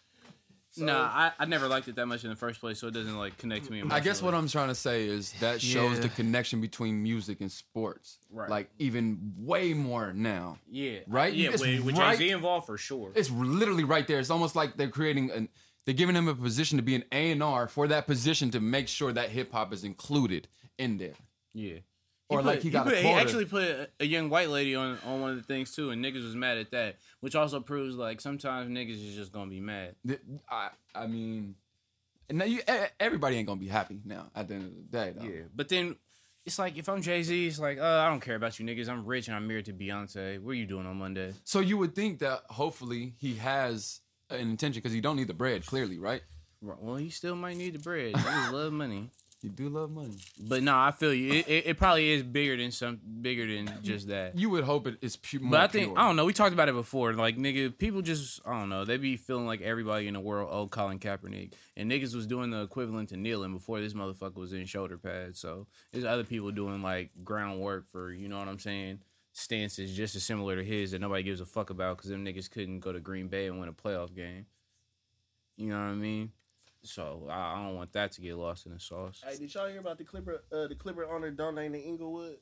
C: So,
B: Nah, I, I never liked it that much in the first place, so it doesn't like connect to me.
D: I guess what I'm trying to say is that shows
A: Yeah.
D: the connection between music and sports,
B: Right.
D: like even way more now.
B: yeah
D: Right?
B: yeah
D: It's
B: with, with
D: right-
B: Jay Z involved for sure.
D: It's literally right there. It's almost like they're creating an, they're giving him a position to be an A and R for that position to make sure that hip hop is included in there.
B: yeah.
D: Or
B: put-
D: like he got
B: put,
D: a
B: He
D: quota.
B: actually put a, a young white lady on, on one of the things too, and niggas was mad at that, which also proves like sometimes niggas is just gonna be mad.
D: Th- I, I mean, now you e- everybody ain't gonna be happy now at the end of the day. Though.
B: Yeah, but then it's like if I'm Jay Z, it's like uh, I don't care about you niggas. I'm rich and I'm married to Beyonce. What are you doing on Monday?
D: So you would think that hopefully he has an intention because you don't need the bread, clearly, right?
B: Well, you still might need the bread. You love money,
D: You do love money.
B: but no, I feel you. It, it, it probably is bigger than some bigger than just that.
D: You would hope it is pu- more
B: But I think
D: pure.
B: I don't know. We talked about it before. Like nigga, people just I don't know. They be feeling like everybody in the world owe Colin Kaepernick, and niggas was doing the equivalent to kneeling before this motherfucker was in shoulder pads. So there's other people doing like groundwork for you know what I'm saying. Stances just as similar to his that nobody gives a fuck about because them niggas couldn't go to Green Bay and win a playoff game. You know what I mean? So I, I don't want that to get lost in the sauce.
C: Hey, did y'all hear about the Clipper? Uh, the Clipper owner donating to Inglewood.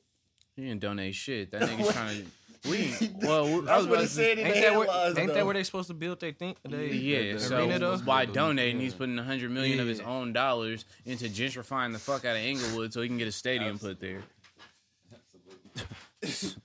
B: He didn't donate shit. That nigga's trying to. We didn't- well, we- I
C: That's
B: was
C: what
B: about
C: he
B: to say.
C: said in the
A: Ain't that,
C: headlines.
A: where, ain't that
C: though.
A: where they supposed to build they think? They,
B: Yeah,
D: the
B: so
A: arena though?
B: by
D: Yeah.
B: donating, he's putting a hundred million of his
A: Yeah.
B: own dollars into gentrifying the fuck out of Inglewood so he can get a stadium put there. That's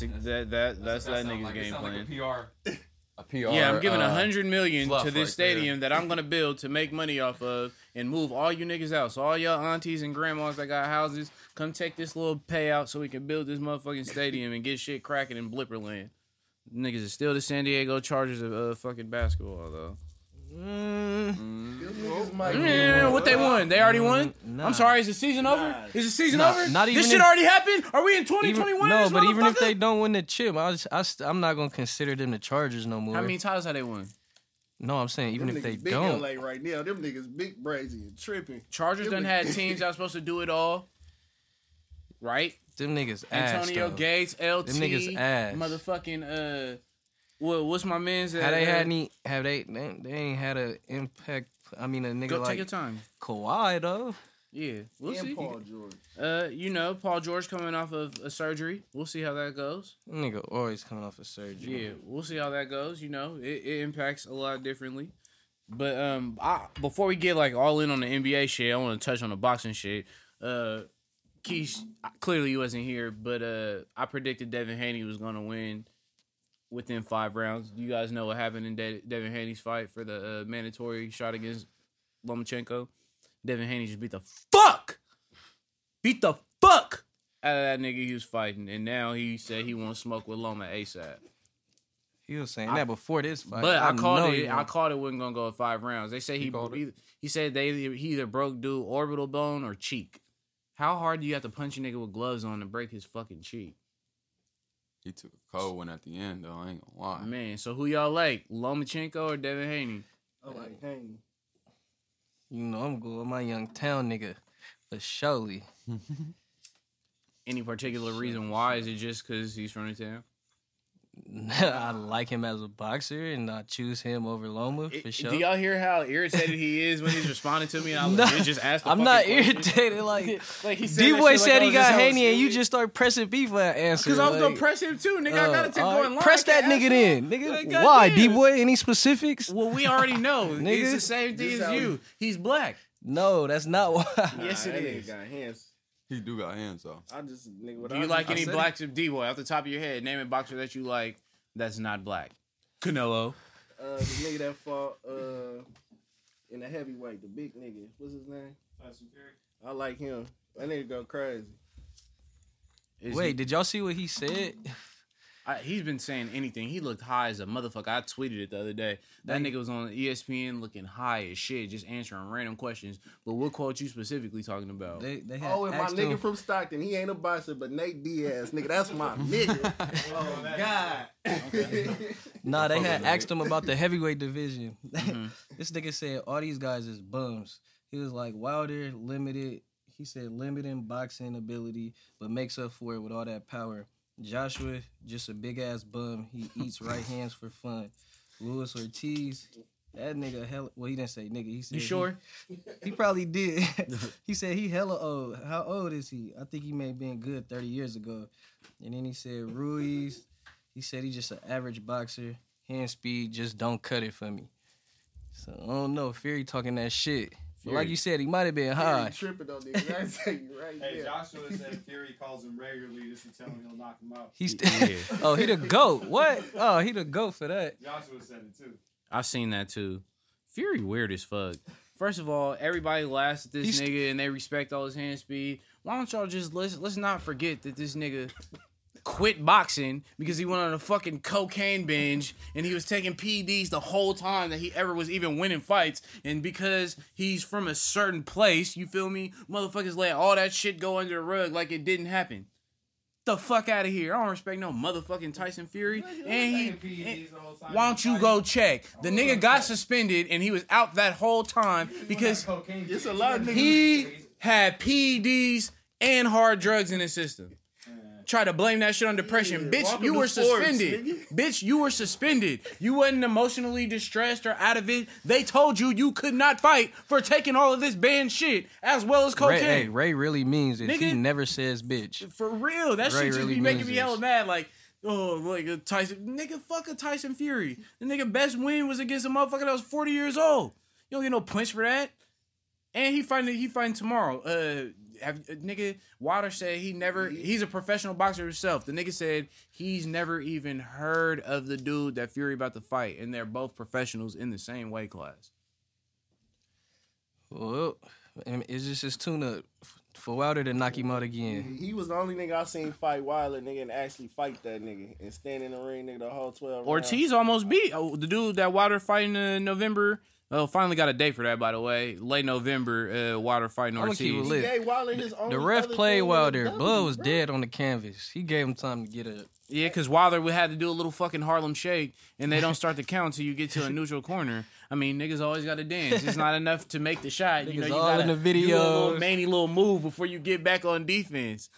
B: that that that's, that
D: sound
B: nigga's
D: like- it
B: game
D: sound
B: plan.
D: Like a PR. A PR.
B: yeah, I'm giving a
D: uh,
B: hundred million
D: fluff
B: to this
D: right there.
B: stadium that I'm gonna build to make money off of and move all you niggas out. So all your aunties and grandmas that got houses, come take this little payout so we can build this motherfucking stadium and get shit cracking in Blipperland. Niggas is still the San Diego Chargers of uh, fucking basketball though.
A: Mm.
C: Them niggas might
B: No, no, no, no, What they won? They already won.
A: nah.
B: I'm sorry. Is the season over? Is the season
A: Nah,
B: over?
A: not even
B: This shit
A: if-
B: already happened. Are we in
A: Even-
B: 2021?
A: no,
B: this
A: but even if they
B: motherfucker?
A: don't win the chip, I was, I st- I'm not gonna consider them the Chargers no more.
B: how many times have they won?
A: no, I'm saying even
C: Them
A: if they
C: niggas big
A: don't,
C: LA right now. Them niggas big brazy and tripping.
B: Chargers
C: It
B: done
C: was-
B: had teams that was supposed to do it all. Right?
A: them niggas ass.
B: Antonio
A: though.
B: Gates, LT,
A: Them niggas ass.
B: motherfucking uh, what, what's my man's? Uh,
A: Have they
B: uh,
A: had any? Have they? They, they ain't had an impact. I mean, a nigga
B: Go take
A: like
B: your time.
A: Kawhi though.
B: Yeah, we'll
C: and
B: see.
C: Paul George.
B: Uh, you know, Paul George coming off of a surgery. We'll see how that goes.
A: Nigga always coming off a surgery.
B: Yeah, we'll see how that goes. You know, it, it impacts a lot differently. But um, I, before we get like all in on the NBA shit, I want to touch on the boxing shit. Uh, Keish clearly wasn't here, but uh, I predicted Devin Haney was gonna win within five rounds. You guys know what happened in De- Devin Haney's fight for the uh, mandatory shot against Lomachenko. Devin Haney just beat the fuck, beat the fuck out of that nigga he was fighting, and now he said he wants smoke with Loma ASAP.
A: He was saying that before this fight.
B: But I,
A: know
B: called
A: he
B: it. I
A: was.
B: called it wasn't gonna go in five rounds. They say he
D: called it?
B: he, he said they either, he either broke dude orbital bone or cheek. How hard do you have to punch a nigga with gloves on to break his fucking cheek?
D: He took a cold one at the end, though. I ain't gonna lie.
B: Man, so who y'all like, Lomachenko or Devin Haney?
C: I'm like, dang.
A: You know, I'm going with my young town nigga. But surely,
B: Any particular reason why? Is it just because he's from the town?
A: I like him as a boxer, and I choose him over Loma
B: It-
A: for sure.
B: Do y'all hear how irritated he is when he's responding to me? And I
A: No,
B: legit just asked. The
A: I'm not
B: fucking question?
A: irritated. Like
B: Like he
A: D boy said, he got Haney, and you just start pressing B for that answer.
B: because I was gonna
A: like,
B: press him too, nigga. I
A: uh,
B: gotta take
A: all
B: going
A: right,
B: long.
A: Press
B: I can't
A: that nigga
B: ask
A: then,
B: him.
A: nigga.
B: Like,
A: Why, D
B: goddamn.
A: boy? Any specifics?
B: Well, we already know. It's
A: Nigga.
B: the same thing
C: This
B: as
C: how-
B: you. He's black.
A: No, that's not why.
B: Yes,
C: Nah,
B: it
C: that nigga
B: is.
C: Got hands.
D: He do got hands though.
C: I just nigga. What
B: Do
C: I
B: you like
D: I
B: any
D: said
B: black D boy off the top of your head? Name a boxer that you like that's not black. Canelo.
C: Uh, the nigga that fought uh, in the heavyweight, the big nigga. What's his name? I like him. That nigga go crazy.
B: Is
A: Wait,
B: he,
A: did y'all see what he said?
B: I, he's been saying anything. He looked high as a motherfucker. I tweeted it the other day. That nigga was on E ESPN looking high as shit, just answering random questions. But what quote you specifically talking about?
A: They, they had
C: Oh, and my
A: asked
C: nigga
A: him-
C: from Stockton. He ain't a boxer, but Nate Diaz, nigga. That's my nigga. oh God.
A: Nah, they
D: Fuck
A: had
D: with that
A: asked him about the heavyweight division. this nigga said all these guys is bums. He was like Wilder limited. He said limiting boxing ability, but makes up for it with all that power. Joshua just a big ass bum. He eats right hands for fun. Luis Ortiz, that nigga hell. Well, he didn't say nigga. He said
B: You
A: he-
B: sure?
A: He probably did. he said he hella old. How old is he? I think he may have been good 30 years ago. And then he said Ruiz. He said he's just an average boxer. Hand speed, just don't cut it for me. So I don't know. Fury talking that shit. But like
B: Fury.
A: you said, he might have been
C: He
A: high.
C: tripping on nigga. That's right
E: Hey,
C: there.
E: Joshua said Fury calls him regularly just to tell him he'll knock him out.
A: He's
B: Yeah.
A: oh he the goat. What? Oh he the goat for that.
E: Joshua said it too.
B: I've seen that too. Fury weird as fuck. First of all, everybody laughs at this
A: He's-
B: nigga and they respect all his hand speed. Why don't y'all just let's let's not forget that this nigga quit boxing because he went on a fucking cocaine binge and he was taking PEDs the whole time that he ever was even winning fights. And because he's from a certain place, you feel me? Motherfuckers let all that shit go under the rug like it didn't happen. The fuck out of here. I don't respect no motherfucking Tyson Fury. And he why don't you go check? The nigga got suspended and he was out that whole time because
C: It's a lot of niggas.
B: he had PEDs and hard drugs in his system. Try to blame that shit on depression.
C: Yeah,
B: bitch,
C: welcome
B: you
C: to
B: were
C: sports,
B: suspended.
C: nigga.
B: Bitch, you were suspended. You wasn't emotionally distressed or out of it. They told you you could not fight for taking all of this banned shit as well as
A: Ray,
B: cocaine.
A: hey, Ray really means it. He
B: Nigga.
A: never says bitch.
B: For real, that
A: Ray
B: shit just
A: really
B: be making
A: means
B: me
A: this.
B: hella mad. Like, oh, like a Tyson, nigga, fuck a Tyson Fury. The nigga best win was against a motherfucker that was forty years old. You don't get no punch for that. And he fighting, he fighting tomorrow. Uh, have, uh, nigga, Water said he never. He's a professional boxer himself. The nigga said he's never even heard of the dude that Fury about to fight, and they're both professionals in the same weight class.
A: Well, I mean, it's just his tune up for Wilder to knock him out again.
C: He was the only nigga I seen fight Wilder nigga and actually fight that nigga and stand in the ring nigga the whole twelve. rounds.
B: Ortiz almost beat oh, the dude that Wilder fighting in November. Oh, finally got a day for that, by the way. Late November, uh, Wilder fighting
A: I'ma
B: Ortiz.
A: keep it
C: He
A: lit.
C: gave Wilder his own.
A: The ref played Wilder. Blood was dead on the canvas. He gave him time to get up.
B: Yeah, because Wilder we had to do a little fucking Harlem Shake, and they don't start the count until you get to a neutral corner. I mean, niggas always got to dance. It's not enough to make the shot. you know,
A: Niggas
B: you
A: all
B: got
A: in the
B: do a little
A: videos.
B: manny little move before you get back on defense.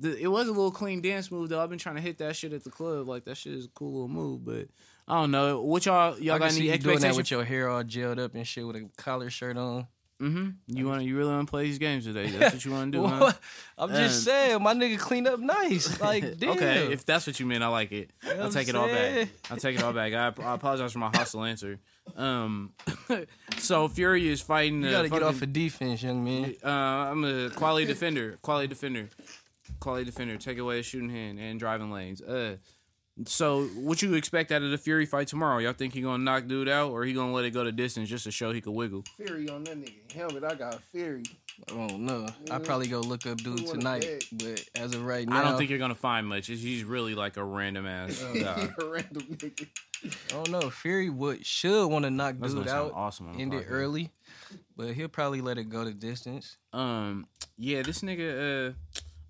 B: The, it was a little clean dance move though. I've been trying to hit that shit at the club. Like that shit is a cool little move, but I don't know. What y'all y'all
A: I can
B: got
A: see you
B: any
A: doing that with
B: expectations?
A: your hair all gelled up and shit with a collar shirt on.
B: Mm-hmm. You want to you really want to play these games today? That's what you want to do, huh?
A: What? I'm just
B: Um,
A: saying, my nigga cleaned up nice. Like, damn.
B: Okay, if that's what you meant, I like it.
A: what
B: I'll
A: I'm
B: take it all back.
A: saying?
B: I'll take it all back. I, I apologize for my hostile answer. Um, so Fury is fighting.
A: you
B: uh,
A: gotta get
B: fucking-
A: off of defense, young man.
B: uh, I'm a quality defender. Quality defender. Quality defender. Take away the shooting hand and driving lanes. Uh, so what you expect out of the Fury fight tomorrow? Y'all think he gonna knock dude out, or he gonna let it go to distance just to show he could wiggle?
C: Fury on that nigga helmet. I got Fury.
A: I don't know. I probably go look up dude
C: Who wanna
A: tonight,
C: bet?
A: but as of right now,
B: I don't think you're gonna find much. He's- He's really like a random ass guy.
C: Random nigga.
A: I don't know. Fury would should want to knock
B: That's
A: dude
B: gonna sound
A: out,
B: awesome. on the
A: end it
B: podcast.
A: early, but he'll probably let it go the distance.
B: Um, yeah, this nigga. Uh,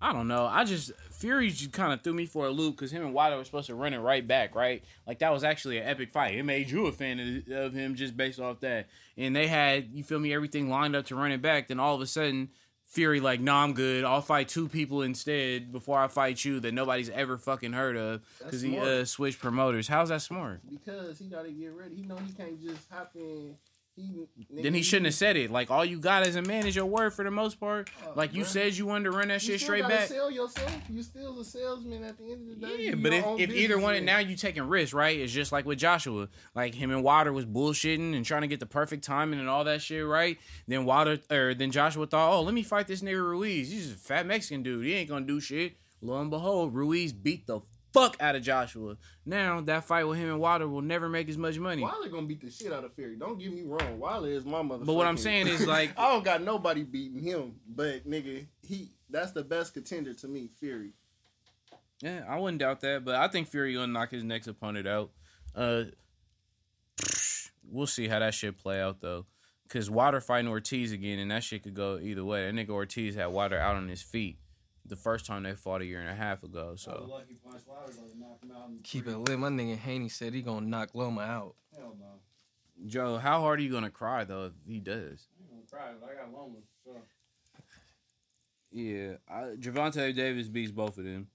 B: I don't know. I just Fury just kind of threw me for a loop because him and Wilder were supposed to run it right back, right? Like that was actually an epic fight. It made you a fan of, of him just based off that. And they had you feel me everything lined up to run it back. Then all of a sudden. Fury like, no, I'm good. I'll fight two people instead before I fight you that nobody's ever fucking heard of because
C: That's
B: he
C: smart.
B: uh, switched promoters. How's that smart?
C: because he gotta get ready. He know he can't just hop in. He,
B: Then he shouldn't have said it. Like all you got as a man is your word for the most part.
C: Oh,
B: Like you
C: bruh.
B: said, you wanted to run that
C: You
B: shit
C: still
B: straight
C: gotta
B: back.
C: Sell yourself. You still a salesman at the end of the day.
B: Yeah,
C: You
B: but
C: your
B: if,
C: own
B: if either one,
C: businessman.
B: now you taking risks, right? It's just like with Joshua, like him and Wilder was bullshitting and trying to get the perfect timing and all that shit, right? Then Wilder or then Joshua thought, oh, let me fight this nigga Ruiz. He's a fat Mexican dude. He ain't gonna do shit. Lo and behold, Ruiz beat the fuck out of Joshua. Now that fight with him and Wilder will never make as much money.
C: Wilder gonna beat the shit out of Fury. Don't get me wrong. Wilder is my mother.
B: But what I'm saying is, like-
C: I don't got nobody beating him. But nigga, he that's the best contender to me, Fury.
B: Yeah, I wouldn't doubt that, but I think Fury gonna knock his next opponent out. Uh, we'll see how that shit play out though, because Water fighting Ortiz again, and that shit could go either way. That nigga Ortiz had Water out on his feet the first time they fought a year and a half ago. So
E: lucky punch Wilder's like knock him out. in
A: Keep
E: three.
A: it lit. My nigga Haney said he gonna knock Loma out.
E: Hell no.
B: Joe, how hard are you gonna cry though if he does?
E: I'm gonna cry, but I got Loma. So.
B: Yeah, I, Javante Davis beats both of them.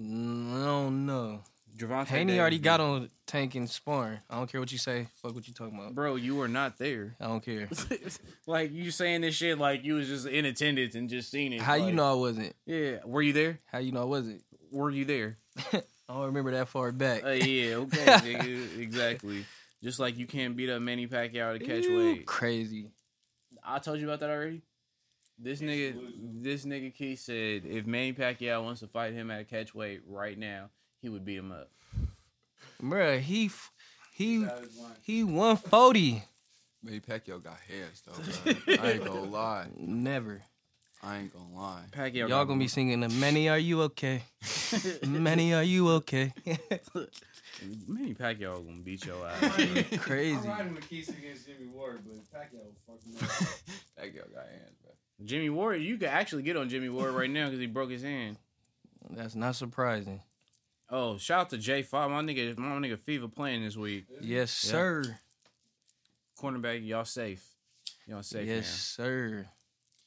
A: Mm, I don't know.
B: Javante
A: Haney already got on Tank and sparring. I don't care what you say. Fuck what you talking about.
B: Bro, you were not there.
A: I don't care.
B: like you saying this shit like you was just in attendance and just seen it.
A: How you
B: like-
A: know I wasn't?
B: Yeah, were you there?
A: How you know I wasn't?
B: Were you there?
A: I don't remember that far back.
B: Uh, yeah, okay, nigga, exactly. Just like you can't beat up Manny Pacquiao to catch
A: Ew,
B: weight.
A: Crazy.
B: I told you about that already. This nigga, this nigga Keith said if Manny Pacquiao wants to fight him at a catch weight right now, he would beat him up.
A: Bruh, he f- he
E: That is one.
A: he 140.
D: Manny Pacquiao got hairs though. Bro. I ain't gonna lie.
A: Never.
D: I ain't gonna lie.
B: Pacquiao
A: Y'all gonna be singing the many are you okay? many are you okay?
B: Manny Pacquiao gonna beat your ass.
E: I'm
A: Crazy.
E: riding McKeese against Jimmy Ward, but Pacquiao will fuck me up.
D: Pacquiao got hands, bro.
B: Jimmy Ward, you can actually get on Jimmy Ward right now because he broke his hand.
A: That's not surprising.
B: Oh, shout out to J Five, my nigga, my nigga Fever playing this week.
A: Yes, sir.
B: Cornerback, y'all safe. Y'all safe.
A: yes, sir.
B: now.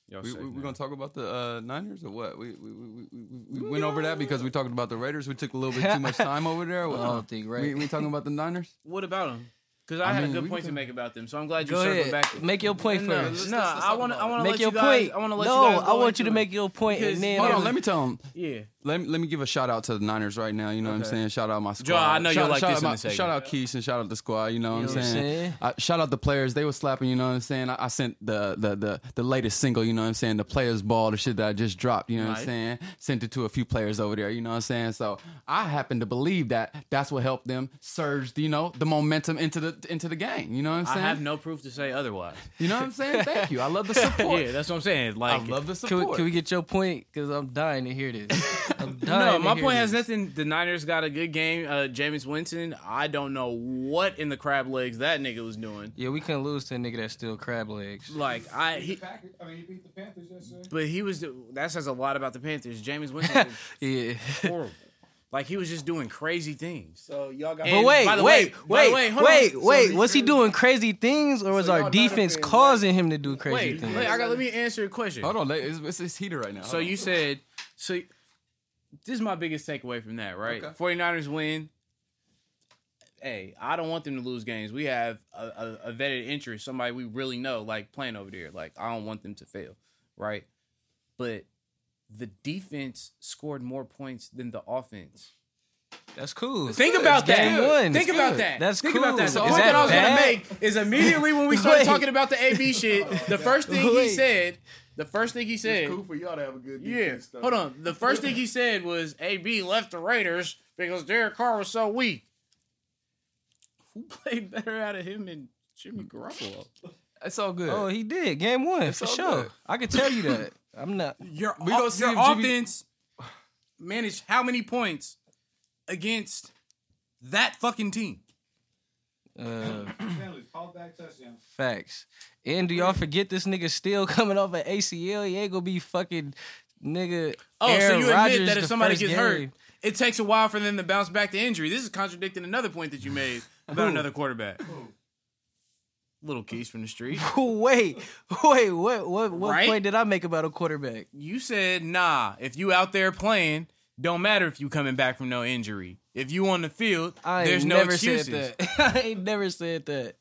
B: Y'all
D: We,
B: safe.
D: we,
B: now.
D: are gonna talk about the uh, Niners or what? We we, we, we- we, we went over that because we talked about the Raiders. We took a little bit too much time over there.
A: I don't think right.
D: We, we talking about the Niners?
B: What about him? Because I,
D: I
B: had
D: mean,
B: a
D: we
B: good point to
D: can-
B: make about them, so I'm glad you
A: Go
B: circled
A: ahead.
B: back. to-
A: Make your point
B: no,
A: first.
B: no, I want to. I want to
A: Make
B: let you
A: your
B: guys.
A: point.
B: I want to let
A: no,
B: you guys.
A: I
B: go
A: want you to
B: into it.
A: make your point
B: Because-
A: and then.
D: Hold on, let me tell them.
B: Yeah.
D: Let me, let me give a shout out to the Niners right now. You know what I'm
B: Okay.
D: saying? Shout out my squad.
B: Joe, I know
D: shout,
B: you'll like
D: shout
B: this
D: out
B: in
D: my-
B: a second.
D: Shout out Keys and shout out the squad. You know what
A: You know
D: I'm
A: what I'm
D: saying?
A: saying?
D: I, shout out the players. They were slapping. You know what I'm saying? I, I sent the, the the the latest single. You know what I'm saying? The players ball, the shit that I just dropped. You know what
B: Nice.
D: I'm saying? Sent it to a few players over there. You know what I'm saying? So I happen to believe that that's what helped them surge. You know the momentum into the into the game. You know what I'm
B: I
D: saying?
B: have no proof to say otherwise.
D: you know what I'm saying? Thank you. I love the support.
B: yeah, that's what I'm saying.
D: I
B: Like,
D: love the
A: Can we,
D: support.
A: can we get your point? Because I'm dying to hear this. I'm dying.
B: no,
A: to
B: my
A: hear
B: point
A: this.
B: has nothing. The Niners got a good game. Uh, Jameis Winston, I don't know what in the crab legs that nigga was doing.
A: Yeah, we couldn't lose to a nigga that steal crab legs.
B: Like, I,
E: He,
B: he,
E: Packers, I mean, he beat the Panthers yesterday.
B: but he was. That says a lot about the Panthers. Jameis Winston was
A: Yeah.
B: horrible. Like he was just doing crazy things.
C: So y'all got
A: But
B: And
A: wait,
B: by
A: wait,
B: the way-
A: wait,
B: by the
A: wait,
B: way,
A: wait,
B: hold on.
A: wait.
C: So
A: Was he
C: you-
A: doing crazy things, or was
C: So
A: our
C: y'all not a
A: defense
C: fan, right?
A: causing him to do crazy
B: Wait,
A: things?
B: wait, I got. Let me answer a question.
D: Hold on, it's, it's, it's heater right now.
B: So
D: Hold on.
B: you said so. This is my biggest takeaway from that, right?
D: Okay.
B: 49ers win. Hey, I don't want them to lose games. We have a, a, a vetted interest, somebody we really know, like playing over there. Like I don't want them to fail, right? But the defense scored more points than the offense.
A: That's cool.
B: Think about
A: That's
B: that.
A: game one.
B: Think
A: That's
B: about
A: good.
B: that.
A: That's
B: Think
A: cool.
B: about that. The
D: Is
B: point
D: that
B: that, I was
A: bad?
B: gonna make is immediately when we started
A: Wait.
B: talking about the AB shit, the first thing he
A: Wait.
B: said, the first thing he said,
C: It's cool for y'all to have a good
B: yeah.
C: defense. though.
B: Hold on. The first thing he said was AB left the Raiders because Derek Carr was so weak. Who played better out of him and Jimmy Garoppolo?
D: it's all good.
A: Oh, he did. Game one, for
D: all
A: sure.
D: good.
A: I could tell you that. I'm not.
B: Your,
D: We gonna see
B: your
D: if Jimmy-
B: offense managed how many points against that fucking team?
A: Uh,
E: Penalties, call back touchdown.
A: facts. And do y'all forget this nigga still coming off an ACL? He ain't gonna be fucking nigga.
B: Oh, so
A: Aaron
B: you admit
A: Rodgers
B: that if
A: the
B: somebody
A: first
B: gets
A: game.
B: hurt, it takes a while for them to bounce back to injury. This is contradicting another point that you made about another quarterback. Little keys from the street.
A: wait, wait, what, what, what
B: Right?
A: point did I make about a quarterback?
B: you said nah if you out there playing don't matter if you coming back from no injury if you on the field
A: I ain't
B: there's no
A: never
B: excuses
A: said that. I ain't never said that.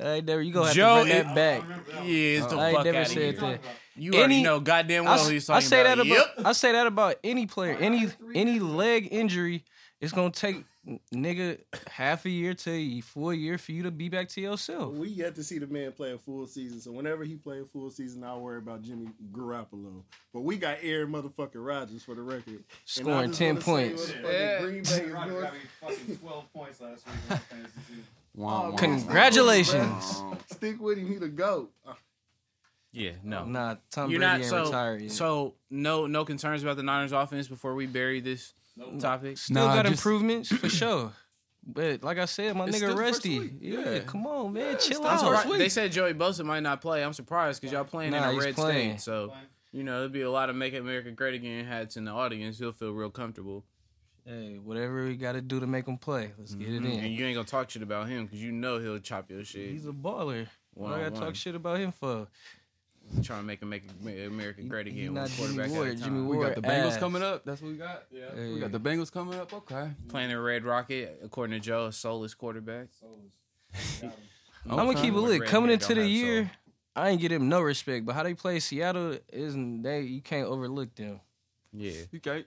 A: I ain't never. You gonna have
B: Joe,
A: to run
B: it-
A: that back. Uh,
B: yeah it's the
A: I ain't
B: fuck
A: never
B: out of
A: said
B: here
A: that.
B: you
A: Any-
B: already know goddamn well
A: I,
B: who he's
A: I
B: talking
A: say
B: about
A: that about.
B: Yep.
A: I say that about any player. Any any leg injury is gonna take n- nigga half a year to a full year for you to be back to yourself.
C: We yet to see the man play a full season, so whenever he play a full season, I'll worry about Jimmy Garoppolo. But we got Aaron motherfucking Rodgers for the record. And I
A: Scoring
C: just
A: 10
C: wanna say
A: points.
C: what the fucking Green Bay is
E: Rodgers
D: Oh,
C: doing.
E: got me fucking 12 points last week in fantasy. too.
D: Wah, wah,
A: Congratulations.
D: wah.
C: Oh, Stick with him, he the goat. Uh,
B: yeah no
A: Nah, Tom
B: you're
A: Brady
B: not
A: ain't
B: so
A: retired yet.
B: so no no concerns about the Niners offense before we bury this
E: Nope.
B: topic
A: Still
D: Nah,
A: got
D: just-
A: improvements for sure. But like I said, my
D: It's
A: nigga
D: still the first
A: Rusty.
D: week.
A: Yeah.
D: Yeah.
A: come on, man. Chill
B: I'm
A: out.
B: surprised- they said Joey Bosa might not play I'm surprised because y'all playing
A: Nah,
B: in a
A: he's
B: red
A: playing.
B: state so you know there'll be a lot of Make America Great Again hats in the audience he'll feel real comfortable
A: Hey, whatever we got to do to make him play, let's get
D: Mm-hmm.
A: it
B: And
A: in.
B: you ain't gonna talk shit about him because you know he'll chop your shit.
A: He's a baller. What I
B: One-on-one.
A: gotta talk shit about him for?
B: trying to make him make America great
A: He- he
B: again.
A: not
B: One
A: Jimmy
B: quarterback
A: Ward.
B: at a time.
A: Jimmy
D: We got
A: Ward
D: the Bengals
A: ass.
D: coming up. That's what we got.
E: Yeah.
A: Hey,
D: We got the Bengals coming up. Okay.
B: Playing the Red Rocket, according to Joe, a soulless quarterback.
A: I'm gonna
D: Okay.
A: keep it lit.
B: Red
A: Coming
B: hair
A: into
B: don't
A: the
B: have
A: year, I ain't get him no respect. But how they play Seattle isn't they? You can't overlook them.
B: Yeah.
D: You can't.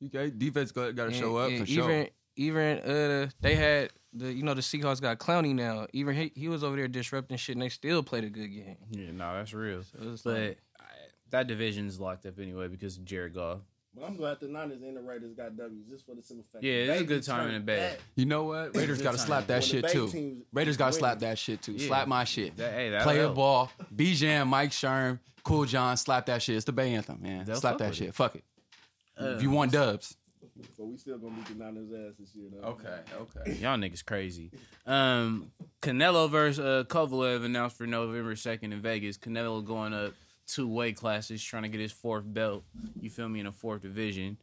D: You can't. Defense got to
A: And-
D: show up
A: and
D: for
A: even,
D: sure.
A: Even uh, they had the you know the Seahawks got Clowney now. Even he, he was over there disrupting shit, and they still played a good game.
B: Yeah, no, that's real.
A: So it's
B: But
A: like-
B: I, that division's locked up anyway because of Jared Goff.
C: But I'm glad the Niners and the Raiders got W's just for the simple fact.
B: Yeah,
C: that
B: it's a
C: they
B: good time in
C: turned
B: the bag.
C: back
D: You know what? Raiders gotta
B: time.
D: slap that
C: when the
D: shit
C: bad
D: too.
C: teams
D: Raiders gotta
C: win.
D: slap that shit too.
B: Yeah.
D: Slap my shit.
B: That- hey, that'll
D: Play a
B: help.
D: ball. Bijan, Mike Sherm, Cool John, slap that shit. It's the Bay Anthem, man.
B: They'll
D: slap
B: fuck
D: that
B: with
D: shit. Fuck it.
B: Uh,
D: if you want dubs.
C: But we still gonna beat the Niners ass this year though.
D: okay.
B: Y'all niggas crazy. Um, Canelo versus uh, Kovalev announced for November second in Vegas. Canelo going up two weight classes, trying to get his fourth belt. You feel me in a fourth division.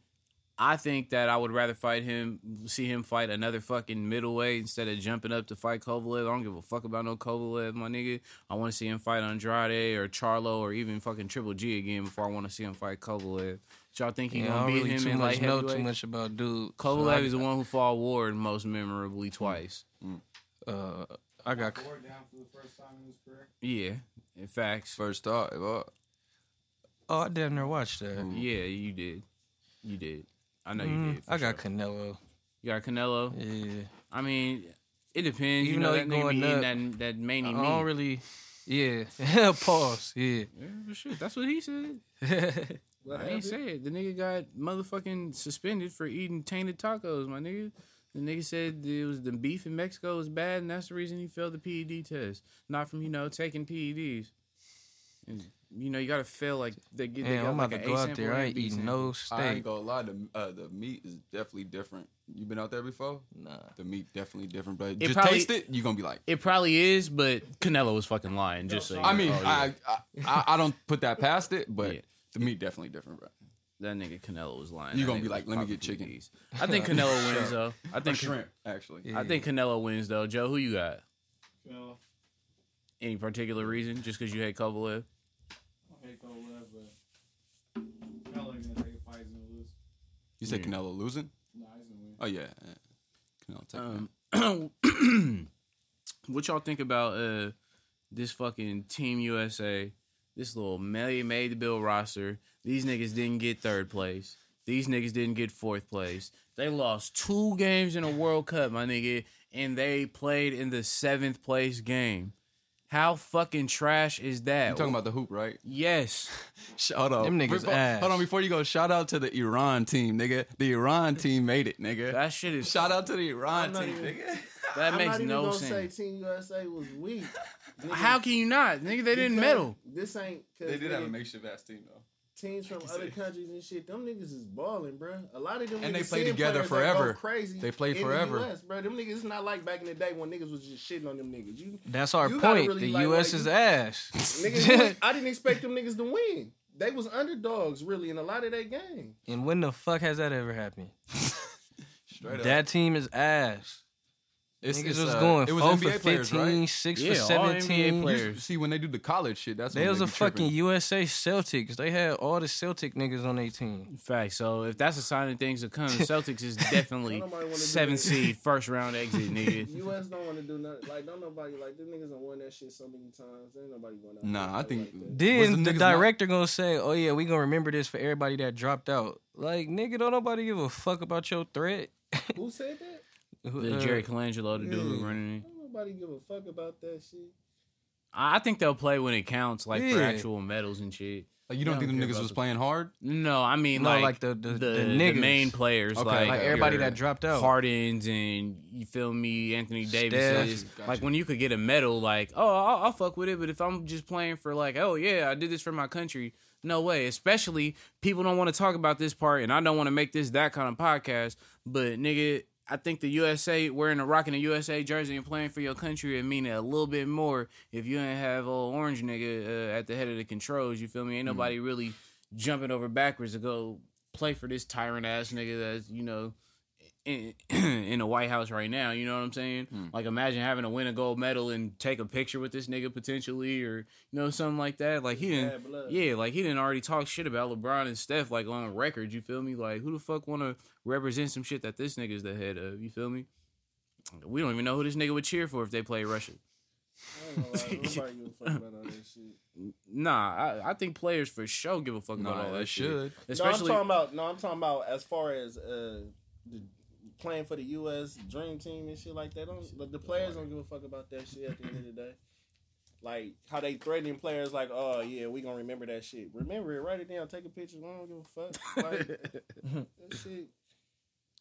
B: I think that I would rather fight him, see him fight another fucking middleweight instead of jumping up to fight Kovalev. I don't give a fuck about no Kovalev, my nigga. I want to see him fight Andrade or Charlo or even fucking Triple G again before I want to see him fight Kovalev. Do y'all think he
A: Yeah, I
B: gonna
A: don't
B: beat
A: really
B: him
A: too
B: in light
A: much know
B: heavyweight?
A: too much about dude. so
B: Kovalev
A: I-
B: is the one who fought Ward most memorably twice.
A: Uh, I got
E: Ward down for the first time in his career.
B: Yeah, in fact,
D: First thought. well,
A: Oh, I damn near watched that.
B: yeah, you did, you did. I know you
A: Mm,
B: did. for
A: I got
B: sure.
A: Canelo.
B: you got Canelo.
A: Yeah.
B: I mean, it depends. you
A: Even
B: know
A: though
B: that
A: he
B: nigga be
A: going
B: eating that that
A: I
B: many meat.
A: don't really. Yeah. Pause. Yeah.
B: yeah, but shit, that's what he said.
C: What
B: I ain't
C: happened?
B: say it. The nigga got motherfucking suspended for eating tainted tacos, my nigga. The nigga said it was the beef in Mexico was bad, and that's the reason he failed the PED test. Not from you know taking PEDs. And you know you gotta fail like they get. they
A: Damn,
B: got
A: I'm
B: like
A: about
B: an
A: to go
B: A
A: out
B: sample
A: there.
B: and
A: I
B: a
A: ain't
B: B
A: eating
B: sample.
A: no
D: I ain't
A: steak.
D: gonna lie. The uh, the meat is definitely different. You been out there before?
A: Nah.
D: The meat definitely different, but
B: It
D: just
B: probably-
D: taste it. You are gonna be like.
B: It probably is, but Canelo was fucking lying. Just so you
D: I
B: know.
D: mean,
B: Oh, yeah.
D: I, I I I don't put that past it, but
B: Yeah.
D: the meat definitely different, bro.
B: that nigga Canelo was lying.
D: You
B: That
D: gonna be
B: nigga
D: like,
B: was
D: "Let me get
B: popping
D: chicken."
B: PEDs. I think Canelo wins though. I think
D: shrimp, actually.
B: I think Canelo wins though. Joe, who you got?
E: Canelo.
B: Any particular reason? Just because you hate Kovalev?
E: I hate Kovalev, but Canelo ain't gonna take a fight. He's gonna lose.
D: You said
B: Yeah.
D: Canelo losing?
E: Nah, he's gonna win.
D: Oh yeah. yeah. Canelo take that.
B: Um, what y'all think about uh, this fucking Team USA? This little made made the bill roster. These niggas didn't get third place. These niggas didn't get fourth place. They lost two games in a World Cup, my nigga, and they played in the seventh place game. How fucking trash is that?
D: You talking about the hoop, right?
B: yes.
D: Shout out.
A: Them niggas
D: Before-
A: ass.
D: Hold on, before you go, shout out to the Iran team, nigga. The Iran team made it, nigga.
B: That shit is
D: shout out to the Iran
C: I'm not
D: team,
C: even-
D: nigga.
B: that
C: I'm
B: makes
C: not even
B: no
C: gonna
B: sense.
C: say Team USA was weak. Nigga,
B: How can you not? Nigga, they didn't
C: because
B: medal.
C: This ain't because
D: They did have a makeshift ass team though.
C: teams from other countries and shit. Them niggas is balling, bruh. A lot of them niggas
D: And they play
C: send
D: together
C: players that go
D: forever.
C: Crazy.
D: They play
C: in the
D: forever.
C: US, bruh. Them niggas is not like back in the day when niggas was just shitting on them niggas. You
A: That's our
C: You gotta
A: point.
C: really
A: the
C: like
A: U.S.
C: what
A: is
C: you-
A: ass.
C: niggas, you ain't- I didn't expect them niggas to win. They was underdogs really in a lot of their game.
A: and when the fuck has that ever happened?
D: Straight up.
A: That team is ass.
D: It's,
A: Niggas
D: it's,
A: was
D: uh,
A: going
D: It was
A: 4
D: NBA
A: for 15,
D: players, right?
A: 6
B: Yeah,
A: for
B: all
A: 17.
B: NBA
A: You-
B: players.
D: See, when they do the college shit, that's
A: They
D: when
A: was
D: they
A: a
D: be
A: fucking
D: tripping.
A: USA Celtics. They had all the Celtic niggas on their team.
B: Fact. So if that's a sign of things to come, the Celtics is definitely
C: Nobody wanna do
B: seven
C: that.
B: seed first round exit, nigga.
C: US don't want to do nothing. Like don't nobody like them niggas done won that shit so many times. Ain't nobody going out.
D: Nah,
C: there
D: I
C: like
D: think
C: that.
D: Was
A: Then
D: the
A: the
D: niggas
A: director gonna say, "Oh yeah, we gonna remember this for everybody that dropped out." Like nigga, don't nobody give a fuck about your threat. uh,
C: Who said that?
B: The Jerry Colangelo, the dude who
D: yeah.
B: running it.
C: Don't nobody give a fuck about that shit.
B: I I think they'll play when it counts, like for
A: Yeah.
B: actual medals and shit.
D: Like, you don't
B: Yeah, I
D: think
B: don't
D: the
B: care
D: niggas
B: about
D: was
B: the-
D: playing hard?
B: No, I mean
A: No,
B: like,
A: like the- the- the niggas.
B: main players,
D: Okay,
B: like,
D: like
A: like everybody
B: your
A: that dropped out.
B: Hardens and you feel me, Anthony
A: Steph.
B: Davis.
D: Gotcha,
B: Like
D: gotcha.
B: when you could get a medal, like oh, I'll, I'll fuck with it. But if I'm just playing for like, oh yeah, I did this for my country, no way. Especially people don't want to talk about this part, and I don't want to make this that kind of podcast. But nigga, I think the USA wearing a rocking a USA jersey and playing for your country it mean a little bit more if you ain't have old orange nigga uh, at the head of the controls. You feel me? Ain't
A: Mm.
B: nobody really jumping over backwards to go play for this tyrant ass nigga that's you know in, in the White House right now. You know what I'm saying?
D: Hmm.
B: Like, imagine having to win a gold medal and take a picture with this nigga potentially, or you know something like that. Like he
C: Bad
B: didn't,
C: blood.
B: yeah, like he didn't already talk shit about LeBron and Steph like on record. You feel me? Like who the fuck want to represent some shit that this nigga's the head of? You feel me? We don't even know who this nigga would cheer for if they play Russia.
C: I don't know why nobody give a fuck about all that shit.
B: Nah, I, I think players for sure give a fuck about all
D: Nah,
B: that
D: they
B: shit.
D: should.
B: Especially,
C: no, I'm talking about no, I'm talking about as far as uh, the, playing for the U.S. Dream Team and shit like that. Don't, but the players don't give a fuck about that shit at the end of the day. like how they threatening players like, oh yeah, we gonna remember that shit. Remember it, write it down, take a picture. We don't give a fuck. Like, that shit.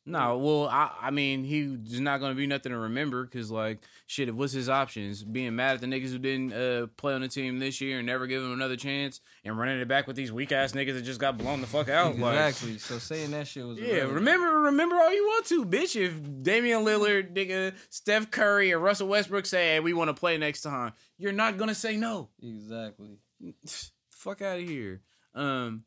B: No, well, I, I mean, he's not gonna be nothing to remember because, like, shit, what's his options? Being mad at the niggas who didn't uh, play on the team this year and never give him another chance, and running it back with these weak ass niggas that just got blown the fuck out. Like,
A: Exactly. So saying that shit was
B: yeah,
A: irrelevant.
B: remember, remember all you want to, bitch. If Damian Lillard, nigga, Steph Curry, and Russell Westbrook say, "Hey, we want to play next time," you're not gonna say no
A: Exactly.
B: fuck out of here. Um,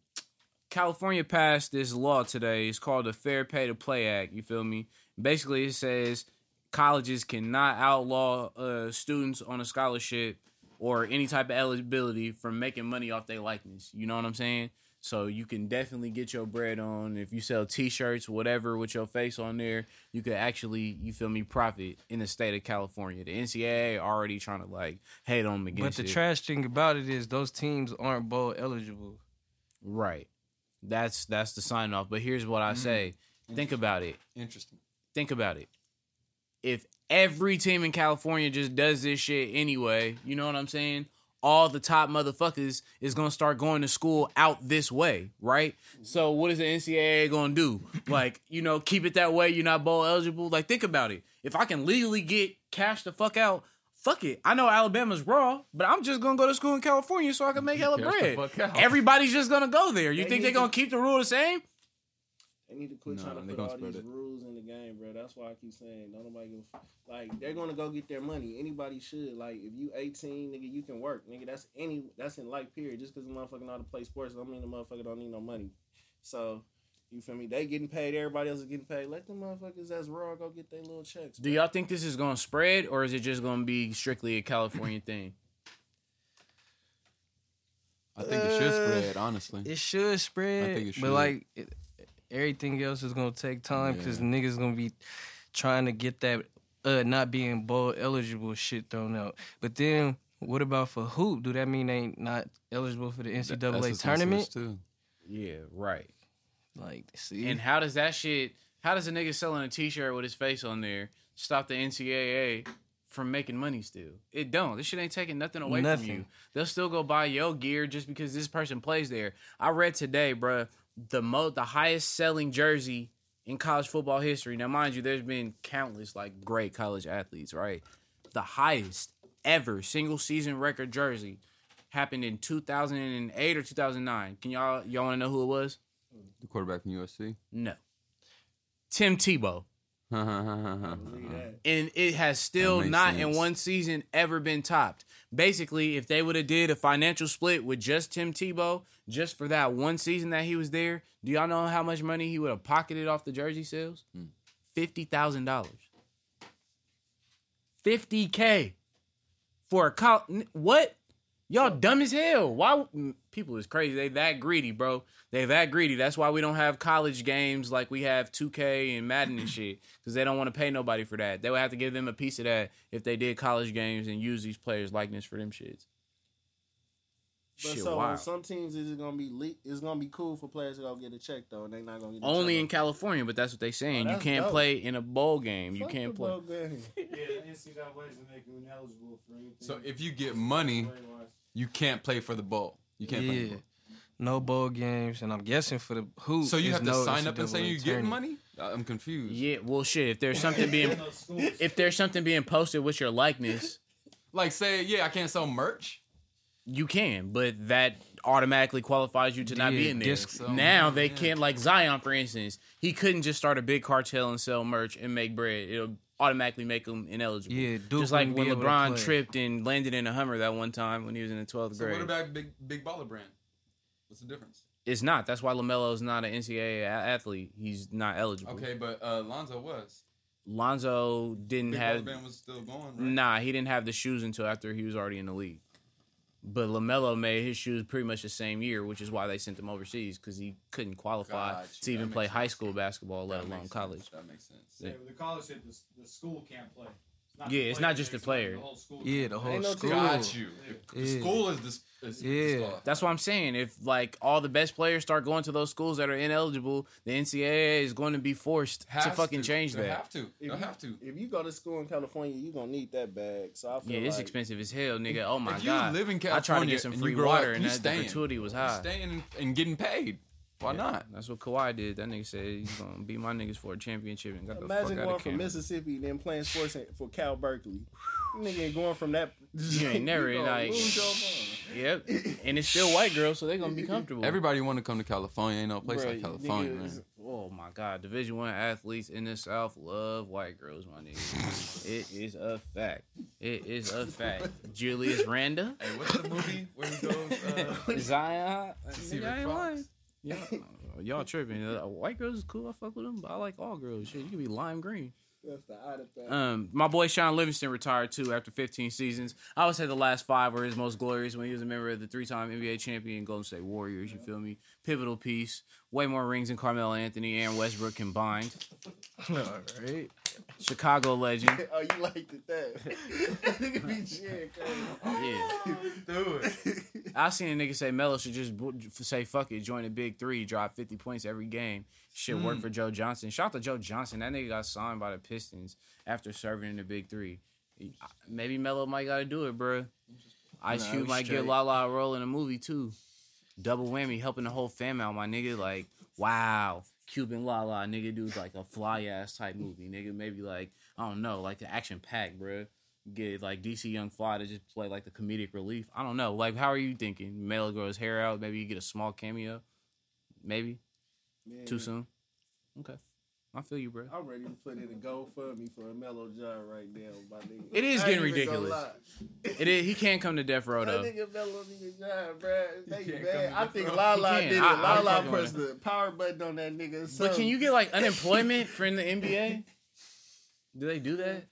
B: California passed this law today. It's called the Fair Pay to Play Act. You feel me? Basically, it says colleges cannot outlaw uh, students on a scholarship or any type of eligibility from making money off their likeness. You know what I'm saying? So you can definitely get your bread on if you sell T-shirts, whatever, with your face on there. You could actually, you feel me, profit in the state of California. The NCAA already trying to like hate on them
A: But
B: against
A: the
B: it.
A: trash thing about it is those teams aren't bowl eligible.
B: Right. That's that's the sign off. But here's what I say. Think about it.
D: Interesting.
B: Think about it. If every team in California just does this shit anyway, you know what I'm saying? All the top motherfuckers is gonna start going to school out this way, right? So what is the NCAA gonna do? Like, you know, keep it that way. You're not bowl eligible. Like, think about it. If I can legally get cash the fuck out, fuck it. I know Alabama's raw, but I'm just gonna go to school in California so I can make hella
D: Cash the
B: bread.
D: fuck out.
B: Everybody's just gonna go there. You
C: They
B: think they're
C: need to-
B: gonna keep the rule the same?
C: They need to quit
D: Nah,
C: trying to
D: they
C: put
D: gonna
C: all
D: spread
C: these
D: it.
C: rules in the game, bro. That's why I keep saying don't nobody give a f- like they're gonna go get their money. Anybody should like if you 18, nigga, you can work, nigga. That's any that's in life period. Just because the motherfucker know how to play sports, don't mean the motherfucker don't need no money. So you feel me? They getting paid. Everybody else is getting paid. Let the motherfuckers that's raw go get their little checks.
B: Do
C: bro.
B: y'all think this is gonna spread, or is it just gonna be strictly a California thing?
D: I think it should
A: Uh,
D: spread, honestly.
A: It should spread.
D: I think it should.
A: But like it, everything else is gonna take time because
D: Yeah.
A: niggas gonna be trying to get that uh not being bowl eligible shit thrown out. But then what about for hoop? Do that mean they ain't not eligible for the
D: Th- that's
A: NCAA
D: what's gonna switch
A: tournament?
D: too.
B: Yeah, right.
A: Like, see,
B: And how does that shit? How does a nigga selling a T-shirt with his face on there stop the NCAA from making money? Still, it don't. This shit ain't taking nothing away
A: Nothing.
B: from you. They'll still go buy your gear just because this person plays there. I read today, bruh, the mo the highest selling jersey in college football history. Now, mind you, there's been countless like great college athletes, right? The highest ever single season record jersey happened in 2008 or 2009. Can y'all y'all want to know who it was?
D: The quarterback from USC.
B: No. Tim Tebow.
C: Believe
B: Mm,
C: that.
B: And it has still
D: That makes
B: not in
D: sense.
B: one season ever been topped. Basically, if they would have did a financial split with just Tim Tebow, just for that one season that he was there, do y'all know how much money he would have pocketed off the jersey sales?
D: Hmm.
B: Fifty thousand dollars. Fifty k for a col- n- what? Y'all dumb as hell. Why mm, people is crazy? They that greedy, bro. They that greedy. That's why we don't have college games like we have 2K and Madden and shit because they don't want to pay nobody for that. They would have to give them a piece of that if they did college games and use these players' likeness for them shits.
C: But
B: shit,
C: so on
B: wow.
C: some teams it's gonna be le- it's gonna be cool for players to go get a check though, and they not gonna get a
B: Only
C: check.
B: in California, but that's what they saying.
C: Oh,
B: you
C: that's
B: can't
C: dope.
B: play in a bowl game. you
C: Fuck
B: can't
C: the
B: play.
C: bowl game.
E: Yeah, the NCAA's to make you ineligible for anything.
D: So if you get money,
E: play-wise.
D: you can't play for the bowl. You can't play. for the
A: yeah, no bowl games, and I'm guessing for the hoop.
D: bowl. So you
A: it's
D: have to
A: no
D: sign up and say
A: NCAA
D: you're getting
A: tournament.
D: money. I- I'm confused.
B: Yeah, well, shit. If there's something being,
E: Those schools.
B: if there's something being posted with your likeness,
D: Like say, yeah, I can't sell merch.
B: You can, but that automatically qualifies you to not be
A: Yeah,
B: in there.
A: guess
D: so.
B: Now they
D: Yeah.
B: can't, like Zion, for instance, he couldn't just start a big cartel and sell merch and make bread. It'll automatically make him ineligible.
A: Yeah, Duke
B: just like
A: wouldn't
B: when
A: be able to
B: LeBron
A: play.
B: tripped and landed in a Hummer that one time when he was in the twelfth
D: So
B: grade.
D: what about big big baller brand? What's the difference?
B: it's not. That's why Lamelo's not an NCAA a- athlete. He's not eligible.
D: Okay, but uh, Lonzo was.
B: Lonzo didn't
D: Big
B: have.
D: baller brand was still going. Right?
B: Nah, he didn't have the shoes until after he was already in the league. But Lamelo made his shoes pretty much the same year, which is why they sent him overseas because he couldn't qualify
D: Gotcha.
B: to even
D: That
B: play
D: makes
B: high
D: sense.
B: school basketball, let
D: That makes
B: alone
D: sense.
B: college.
D: That makes sense.
E: Yeah, but the college said the, the school can't play. not
B: Yeah, it's not just the
E: it's
B: player.
E: whole school.
A: Yeah, the whole
C: Ain't no
A: school.
D: Got you.
A: Yeah.
D: The school is this. Is,
A: Yeah.
D: is flawed.
B: That's what I'm saying. If like all the best players start going to those schools that are ineligible, the NCAA is going to be forced to
D: Has
B: fucking change
D: They
B: that.
D: Have to.
C: If
D: They
C: you-
D: have to.
C: If you go to school in California, you gonna need that bag. So I feel
B: Yeah, it's
C: like
B: expensive as hell, nigga. Oh my
D: if you
B: god.
D: live in
B: I tried to
D: California
B: get some
D: and
B: free
D: you grow
B: water
D: up,
B: and
D: you
B: that the
D: staying.
B: gratuity was
D: You're
B: high.
D: Staying and- and getting paid. Why not?
B: That's what Kawhi did. That nigga said he's gonna beat my niggas for a championship and got
C: Imagine
B: the fuck out
C: going
B: of
C: from
B: Canada.
C: Mississippi and then playing sports in- for Cal Berkeley. You Nigga ain't going from that. You
B: ain't never,
C: gonna
B: like-
C: lose your mind.
B: Yep, and it's still white girls, so they're gonna be comfortable.
D: Everybody want to come to California. Ain't no place
C: Bruh,
D: like California,
C: nigga,
D: man.
C: it's-
B: Oh my God! Division One athletes in the South love white girls, my nigga. it is a fact. It is a fact. Julius Randa,
D: Hey, what's the movie where he goes? uh,
B: Zion,
D: Secret
B: Nigga, I ain't
D: Fox.
B: lying. Yeah, y'all tripping? Uh, White girls is cool. I fuck with them, but I like all girls. Shit, you can be lime green.
C: That's the artifact.
B: Um, my boy Sean Livingston retired too after 15 seasons. I would say the last five were his most glorious when he was a member of the three-time NBA champion Golden State Warriors. You feel me? Pivotal piece. Way more rings than Carmelo Anthony and Westbrook combined.
A: All right.
B: Chicago legend.
C: oh, you liked it that? Nigga be shit.
B: Yeah.
D: Do it.
B: I seen a nigga say Melo should just bo- say fuck it, join the big three, drop fifty points every game. Shit
A: Hmm.
B: work for Joe Johnson. Shout out to Joe Johnson. That nigga got signed by the Pistons after serving in the big three. He- I- Maybe Melo might gotta do it, bruh. Ice
A: Nah,
B: Cube
A: we
B: might get
A: straight.
B: La La a role in a movie too. Double whammy, helping the whole fam out, my nigga. Like, wow, Cuban La La, nigga, do like a fly ass type movie, nigga. Maybe like I don't know, like the action pack, bruh get like DC Young Fly to just play like the comedic relief. I don't know. Like, how are you thinking? Melo grow his hair out. Maybe you get a small cameo. Maybe too soon. Okay, I feel you, bro.
C: I'm ready to put in a GoFundMe for a mellow job right now, my nigga.
B: It is
C: I ain't
B: getting
C: even gonna
B: ridiculous.
C: lie.
B: It is. He can't come to death row
C: That
B: though.
C: nigga mellow nigga job, bruh. They
D: can't
C: bad.
D: come
C: I
D: to
C: think
D: the-
C: Lala
B: He
C: did it.
B: can't. I- I'm
C: Lala
B: fucking
C: pressed
B: with
C: the power button on that nigga. So
B: But can you get like unemployment for in the NBA? Do they do that?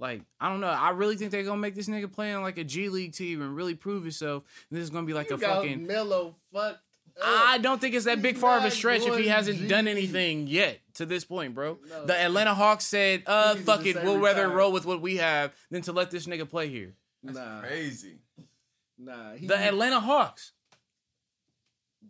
B: Like, I don't know. I really think they're gonna make this nigga play on like a G League team and really prove himself. And this is gonna be like
C: you
B: a
C: got
B: fucking.
C: mellow fucked up.
B: I don't think it's that big
C: Oh, He's
B: far of a
C: not
B: stretch if
C: going
B: he hasn't done
C: G.
B: anything yet to this point, bro.
C: No.
B: The Atlanta Hawks said, uh,
C: He needs
B: fuck
C: to
B: it,
C: say
B: we'll rather
C: retire.
B: roll with what we have than to let this nigga play here.
C: nah,
D: Crazy.
C: nah. He,
B: The Atlanta Hawks.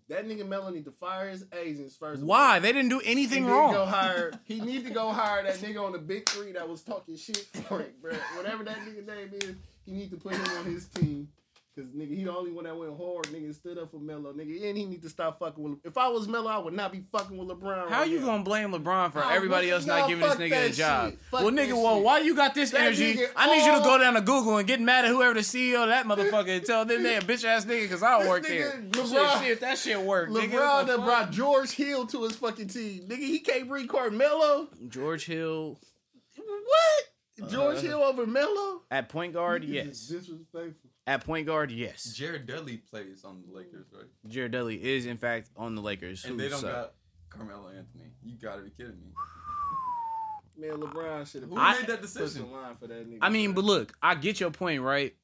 C: that nigga Mellow need to fire his agents first. of all.
B: Why? They didn't do anything
C: he Need to go
B: wrong.
C: hire, he need to go hire that nigga on the big three that was talking shit for it, bro. Whatever that nigga name is, he need to put him on his team. Cause nigga, he the only one that went hard, nigga, and stood up for Melo, nigga, and he need to stop fucking with. If I was Melo, I would not be fucking with LeBron.
B: How
C: right
B: you
C: now.
B: gonna blame LeBron for
C: Nah,
B: everybody
C: nigga,
B: else not
C: nah,
B: giving this
C: fuck
B: nigga a
C: that
B: job?
C: shit. Fuck
B: Well,
C: that
B: nigga, well,
C: shit.
B: why you got this
C: That
B: energy?
C: nigga
B: I need you to go
C: all-
B: down to Google and get mad at whoever the CEO of that motherfucker and tell them they a bitch ass nigga because I don't
C: This
B: work
C: nigga,
B: there.
C: LeBron-
B: shit, see if that shit work. nigga. What
C: LeBron
B: the
C: that
B: fuck?
C: brought George Hill to his fucking team, nigga. He can't bring Carmelo.
B: George Hill
C: What?
D: Uh-huh.
C: George Hill over Melo?
B: at point guard,
C: This is
B: yes.
C: disrespectful.
B: At point guard, yes.
D: Jared Dudley plays on the Lakers, right?
B: Jared Dudley is in fact on the Lakers.
D: And
B: who
D: they don't
B: suck.
D: got Carmelo Anthony. You gotta be kidding me.
C: Man, LeBron should have.
D: Who
B: I-
D: made that
C: pushed the
D: decision?
C: line for that nigga?
B: I mean,
C: bro.
B: but look, I get your point, right?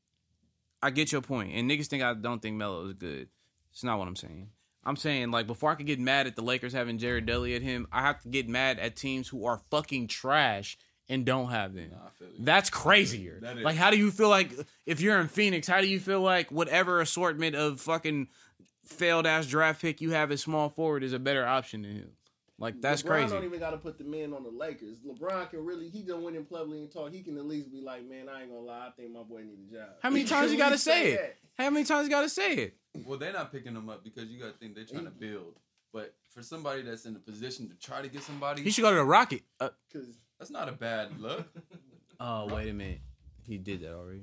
B: I get your point, and niggas think I don't think Melo is good. It's not what I'm saying. I'm saying like before I could get mad at the Lakers having Jared Dudley at him, I have to get mad at teams who are fucking trash and don't have them.
D: Nah, I feel you.
B: That's crazier.
D: That is-
B: like, how do you feel like if you're in Phoenix? How do you feel like whatever assortment of fucking failed ass draft pick you have as small forward is a better option than him? Like that's
C: LeBron
B: crazy.
C: don't even got to put the men on the Lakers. LeBron can really, he done went in public and talk. He can at least be like, man, I ain't gonna lie, I think my boy need a job.
B: How many
C: He
B: times
C: can
B: you gotta
C: at least
B: say it? How many times you gotta say it?
D: Well, they're not picking him up because you gotta think they're trying to build. But for somebody that's in a position to try to get
B: He
D: somebody,
B: should go to the Rocket. Uh,
C: that, 'cause
D: that's not a bad look.
B: oh wait a minute, he did that already.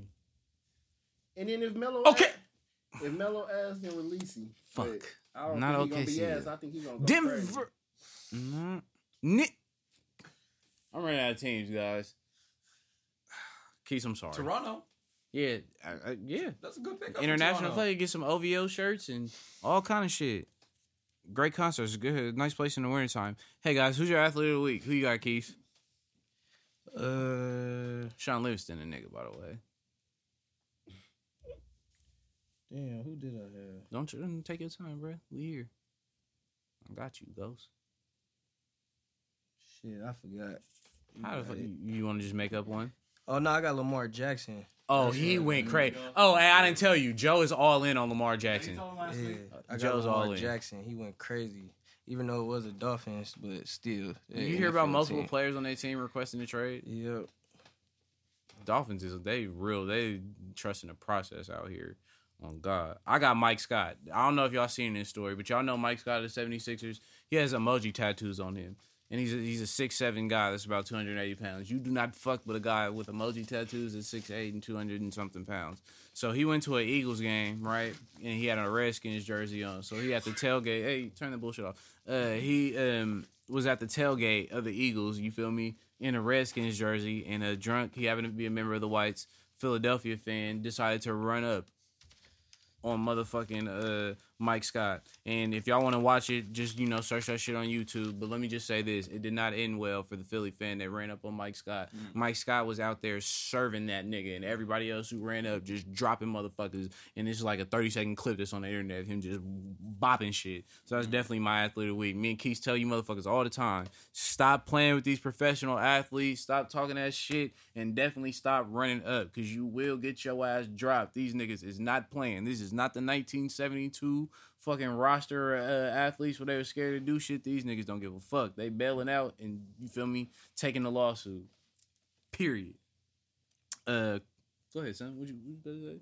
C: and then if Melo,
B: Okay.
C: asked, if Melo asks, then release him.
B: Fuck.
C: But I don't
B: Not
C: think he
B: OKC.
C: Gonna be asked. I think he gonna go crazy.
B: Denver. Mm, Ni- I'm running out of teams, guys. Keith, I'm sorry.
D: Toronto,
B: Yeah, I, I, yeah.
D: that's a good pickup. for
B: International
D: Toronto.
B: play, get some OVO shirts and all kind of shit. Great concerts, good, nice place in the winter time. Hey guys, who's your athlete of the week? Who you got, Keith?
A: Uh,
B: Sean Livingston, a nigga, by the way.
E: Damn, who did I have?
B: Don't you don't take your time, bro. We here. I got you, Ghost.
E: Shit, I forgot.
B: Uh, How the fuck you, you want to just make up one?
A: Oh no, I got Lamar Jackson.
B: Oh, he went crazy. Oh, and I didn't tell you, Joe is all in on Lamar Jackson.
E: last
A: Yeah,
E: week.
A: I got
B: Joe's
A: Lamar
B: all in.
A: Jackson. He went crazy, even though it was the Dolphins, but still.
B: Did you hear about multiple
A: players?
B: players on their team requesting a trade?
A: Yep.
B: Dolphins is they real. They trusting the process out here. On God, I got Mike Scott. I don't know if y'all seen this story, but y'all know Mike Scott of the 76ers. He has emoji tattoos on him, and he's a, he's a six seven guy that's about two hundred eighty pounds. You do not fuck with a guy with emoji tattoos at six eight and two hundred and something pounds. So he went to an Eagles game, right? And he had a Redskins jersey on. So he at the tailgate. Hey, turn the bullshit off. Uh, he um was at the tailgate of the Eagles. You feel me? In a Redskins jersey and a drunk. He happened to be a member of the Whites, Philadelphia fan, decided to run up on motherfucking uh Mike Scott. And if y'all want to watch it, just you know search that shit on YouTube. But let me just say this: it did not end well for the Philly fan that ran up on Mike Scott. Mike Scott was out there serving that nigga, and everybody else who ran up just dropping motherfuckers. And it's like a thirty second clip that's on the internet of him just bopping shit. So that's definitely my athlete of the week. Me and Keith tell you motherfuckers all the time: stop playing with these professional athletes, stop talking that shit, and definitely stop running up because you will get your ass dropped. These niggas is not playing. This is not the 1972 fucking roster uh, athletes where they were scared to do shit. These niggas don't give a fuck. They bailing out and you feel me taking the lawsuit. Period. Uh, go ahead, son. What you, what you about to say?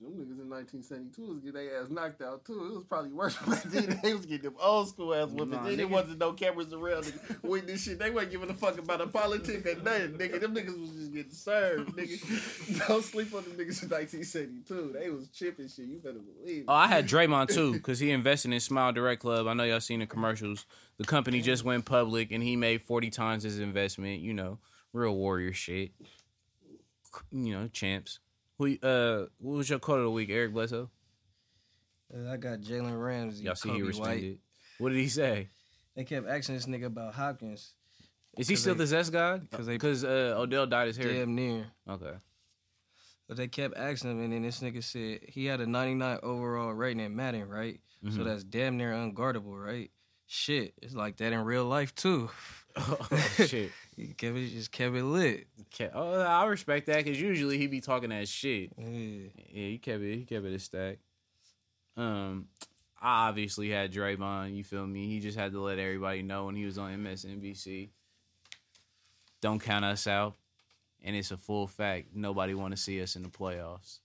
C: Them niggas in 1972 was getting their ass knocked out too. It was probably worse back then. They was getting them old school ass women.
B: Nah,
C: then there
B: nigga.
C: wasn't no cameras around to witness shit. They wasn't giving a fuck about the politics or nothing, nigga. Them niggas was just getting served, nigga. Don't sleep on the niggas in 1972. They was chipping shit. You better believe. it.
B: Oh, I had Draymond too, because he invested in Smile Direct Club. I know y'all seen the commercials. The company just went public, and he made forty times his investment. You know, real warrior shit. You know, champs. Who? Uh, what was your quote of the week, Eric Bledsoe?
A: Uh, I got Jalen Ramsey.
B: Y'all see he
A: Kobe
B: responded.
A: White.
B: What did he say?
A: They kept asking this nigga about Hopkins.
B: Is he
A: 'Cause
B: still
A: they-
B: the zest guy?
A: 'cause they-
B: Because uh, Odell dyed his hair.
A: Damn near.
B: Okay.
A: But they kept asking him, and then this nigga said he had a 99 overall rating in Madden, right?
B: Mm-hmm.
A: So that's damn near unguardable, right? Shit, it's like that in real life too.
B: oh shit.
A: He kept it, just kept it lit.
B: Okay. Oh, I respect that because usually he be talking that shit.
A: Yeah.
B: Yeah, he kept it. He kept it a stack. Um, I obviously had Draymond. You feel me? He just had to let everybody know when he was on MSNBC. Don't count us out, and it's a full fact. Nobody want to see us in the playoffs.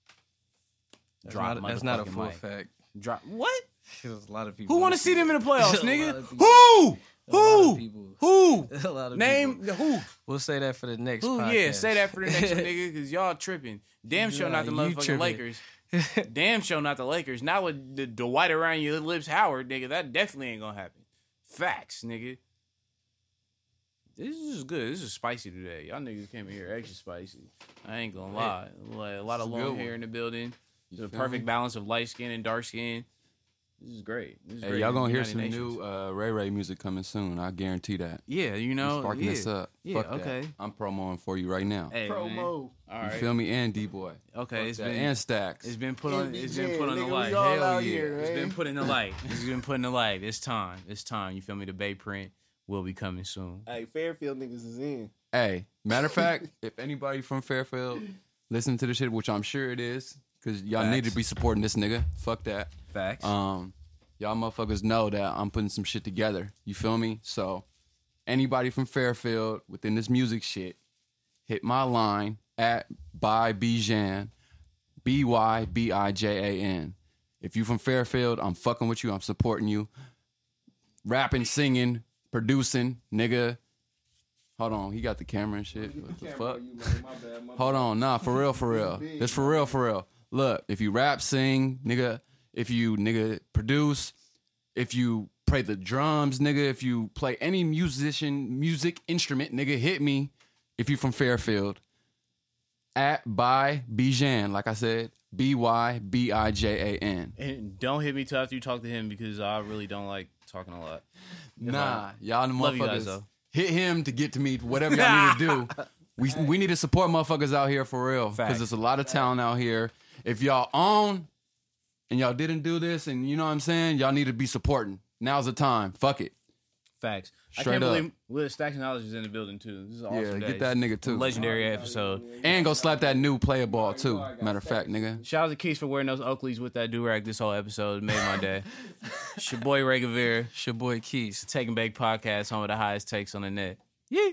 A: That's,
B: Drop
A: not, that's not a
B: motherfucking
A: full
B: mic.
A: fact.
B: Drop what?
A: 'Cause a lot of people
B: Who want to see them in the playoffs,
A: A lot
B: nigga?
A: of people-
B: Who?
A: a lot of
B: Who?
A: people-
B: Who?
A: A lot of
B: Name
A: people.
B: who?
A: We'll say that for the next.
B: Who?
A: podcast.
B: Yeah, say that for the next one, nigga, because y'all tripping. Damn sure not the
A: Nah, you
B: motherfucking
A: tripping.
B: Lakers. Damn sure not the Lakers. Not with the Dwight around your lips, Howard, nigga. That definitely ain't gonna happen. Facts, nigga. This is good. This is spicy today. Y'all niggas came in here extra spicy. I ain't gonna lie. Like, a lot of
D: It's a good
B: long hair
D: one.
B: in the building. It's a
D: feel
B: perfect
D: me?
B: balance of light skin and dark skin. This is great. This is
D: Hey,
B: great.
D: y'all gonna hear
B: United
D: some
B: Nations.
D: new uh, Ray Ray music coming soon. I guarantee that.
B: Yeah, you
D: I'm
B: know.
D: sparking
B: yeah.
D: this up.
B: Yeah,
D: Fuck that.
B: okay.
D: I'm promoing for you right now.
B: Hey, man. All
C: Promo.
D: you
B: right.
D: feel me? And D Boy.
B: Okay, it's been
D: And Stacks.
B: It's been put on. It's been
C: NBJ,
B: put on the
C: nigga, we
B: light.
C: all
B: Hell yeah!
C: out here,
B: It's been
C: man.
B: put in the light. It's been put in the light. It's time. It's time. You feel me? The Bay print will be coming soon.
C: Hey, Fairfield niggas is in.
D: Hey, matter of fact, if anybody from Fairfield listen to this shit, which I'm sure it is, because y'all need
B: Facts.
D: to be supporting this nigga. Fuck that.
B: Facts.
D: Um, y'all motherfuckers know that I'm putting some shit together. You feel me? So, anybody from Fairfield within this music shit, hit my line at by Bijan, B Y B I J A N. If you from Fairfield, I'm fucking with you. I'm supporting you. Rapping, singing, producing, nigga. Hold on, he got the camera and shit. What the fuck?
E: You, man. My bad. My
D: Hold on, nah, for real, for real. It's for real, for real. Look, if you rap, sing, nigga, if you nigga produce, if you play the drums, nigga, if you play any musician, music instrument, nigga, hit me. If you from Fairfield, at by Bijan, like I said, B Y B I J A N.
B: and don't hit me till after you talk to him because I really don't like talking a lot.
D: Nah, y'all the
B: Love you guys,
D: motherfuckers.
B: though.
D: Hit him to get to me. Whatever y'all need to do. We we need to support motherfuckers out here for real
B: Facts.
D: because there's a lot of talent out here. If y'all own and y'all didn't do this, and you know what I'm saying, y'all need to be supporting. Now's the time. Fuck it.
B: Facts. I
D: Straight
B: can't
D: up.
B: believe Will Stacks Knowledge is in the building too. This is awesome.
D: Yeah,
B: days.
D: get that nigga too.
B: Legendary episode.
D: And go slap that new player ball too. Matter of fact, nigga.
B: Shout out to Keys for wearing those Oakleys with that do rag this whole episode. It Made my day. it's your boy Ray Gavir.
A: It's your boy Keys.
B: Taking Back Podcast, home of the highest takes on the net. Yeah.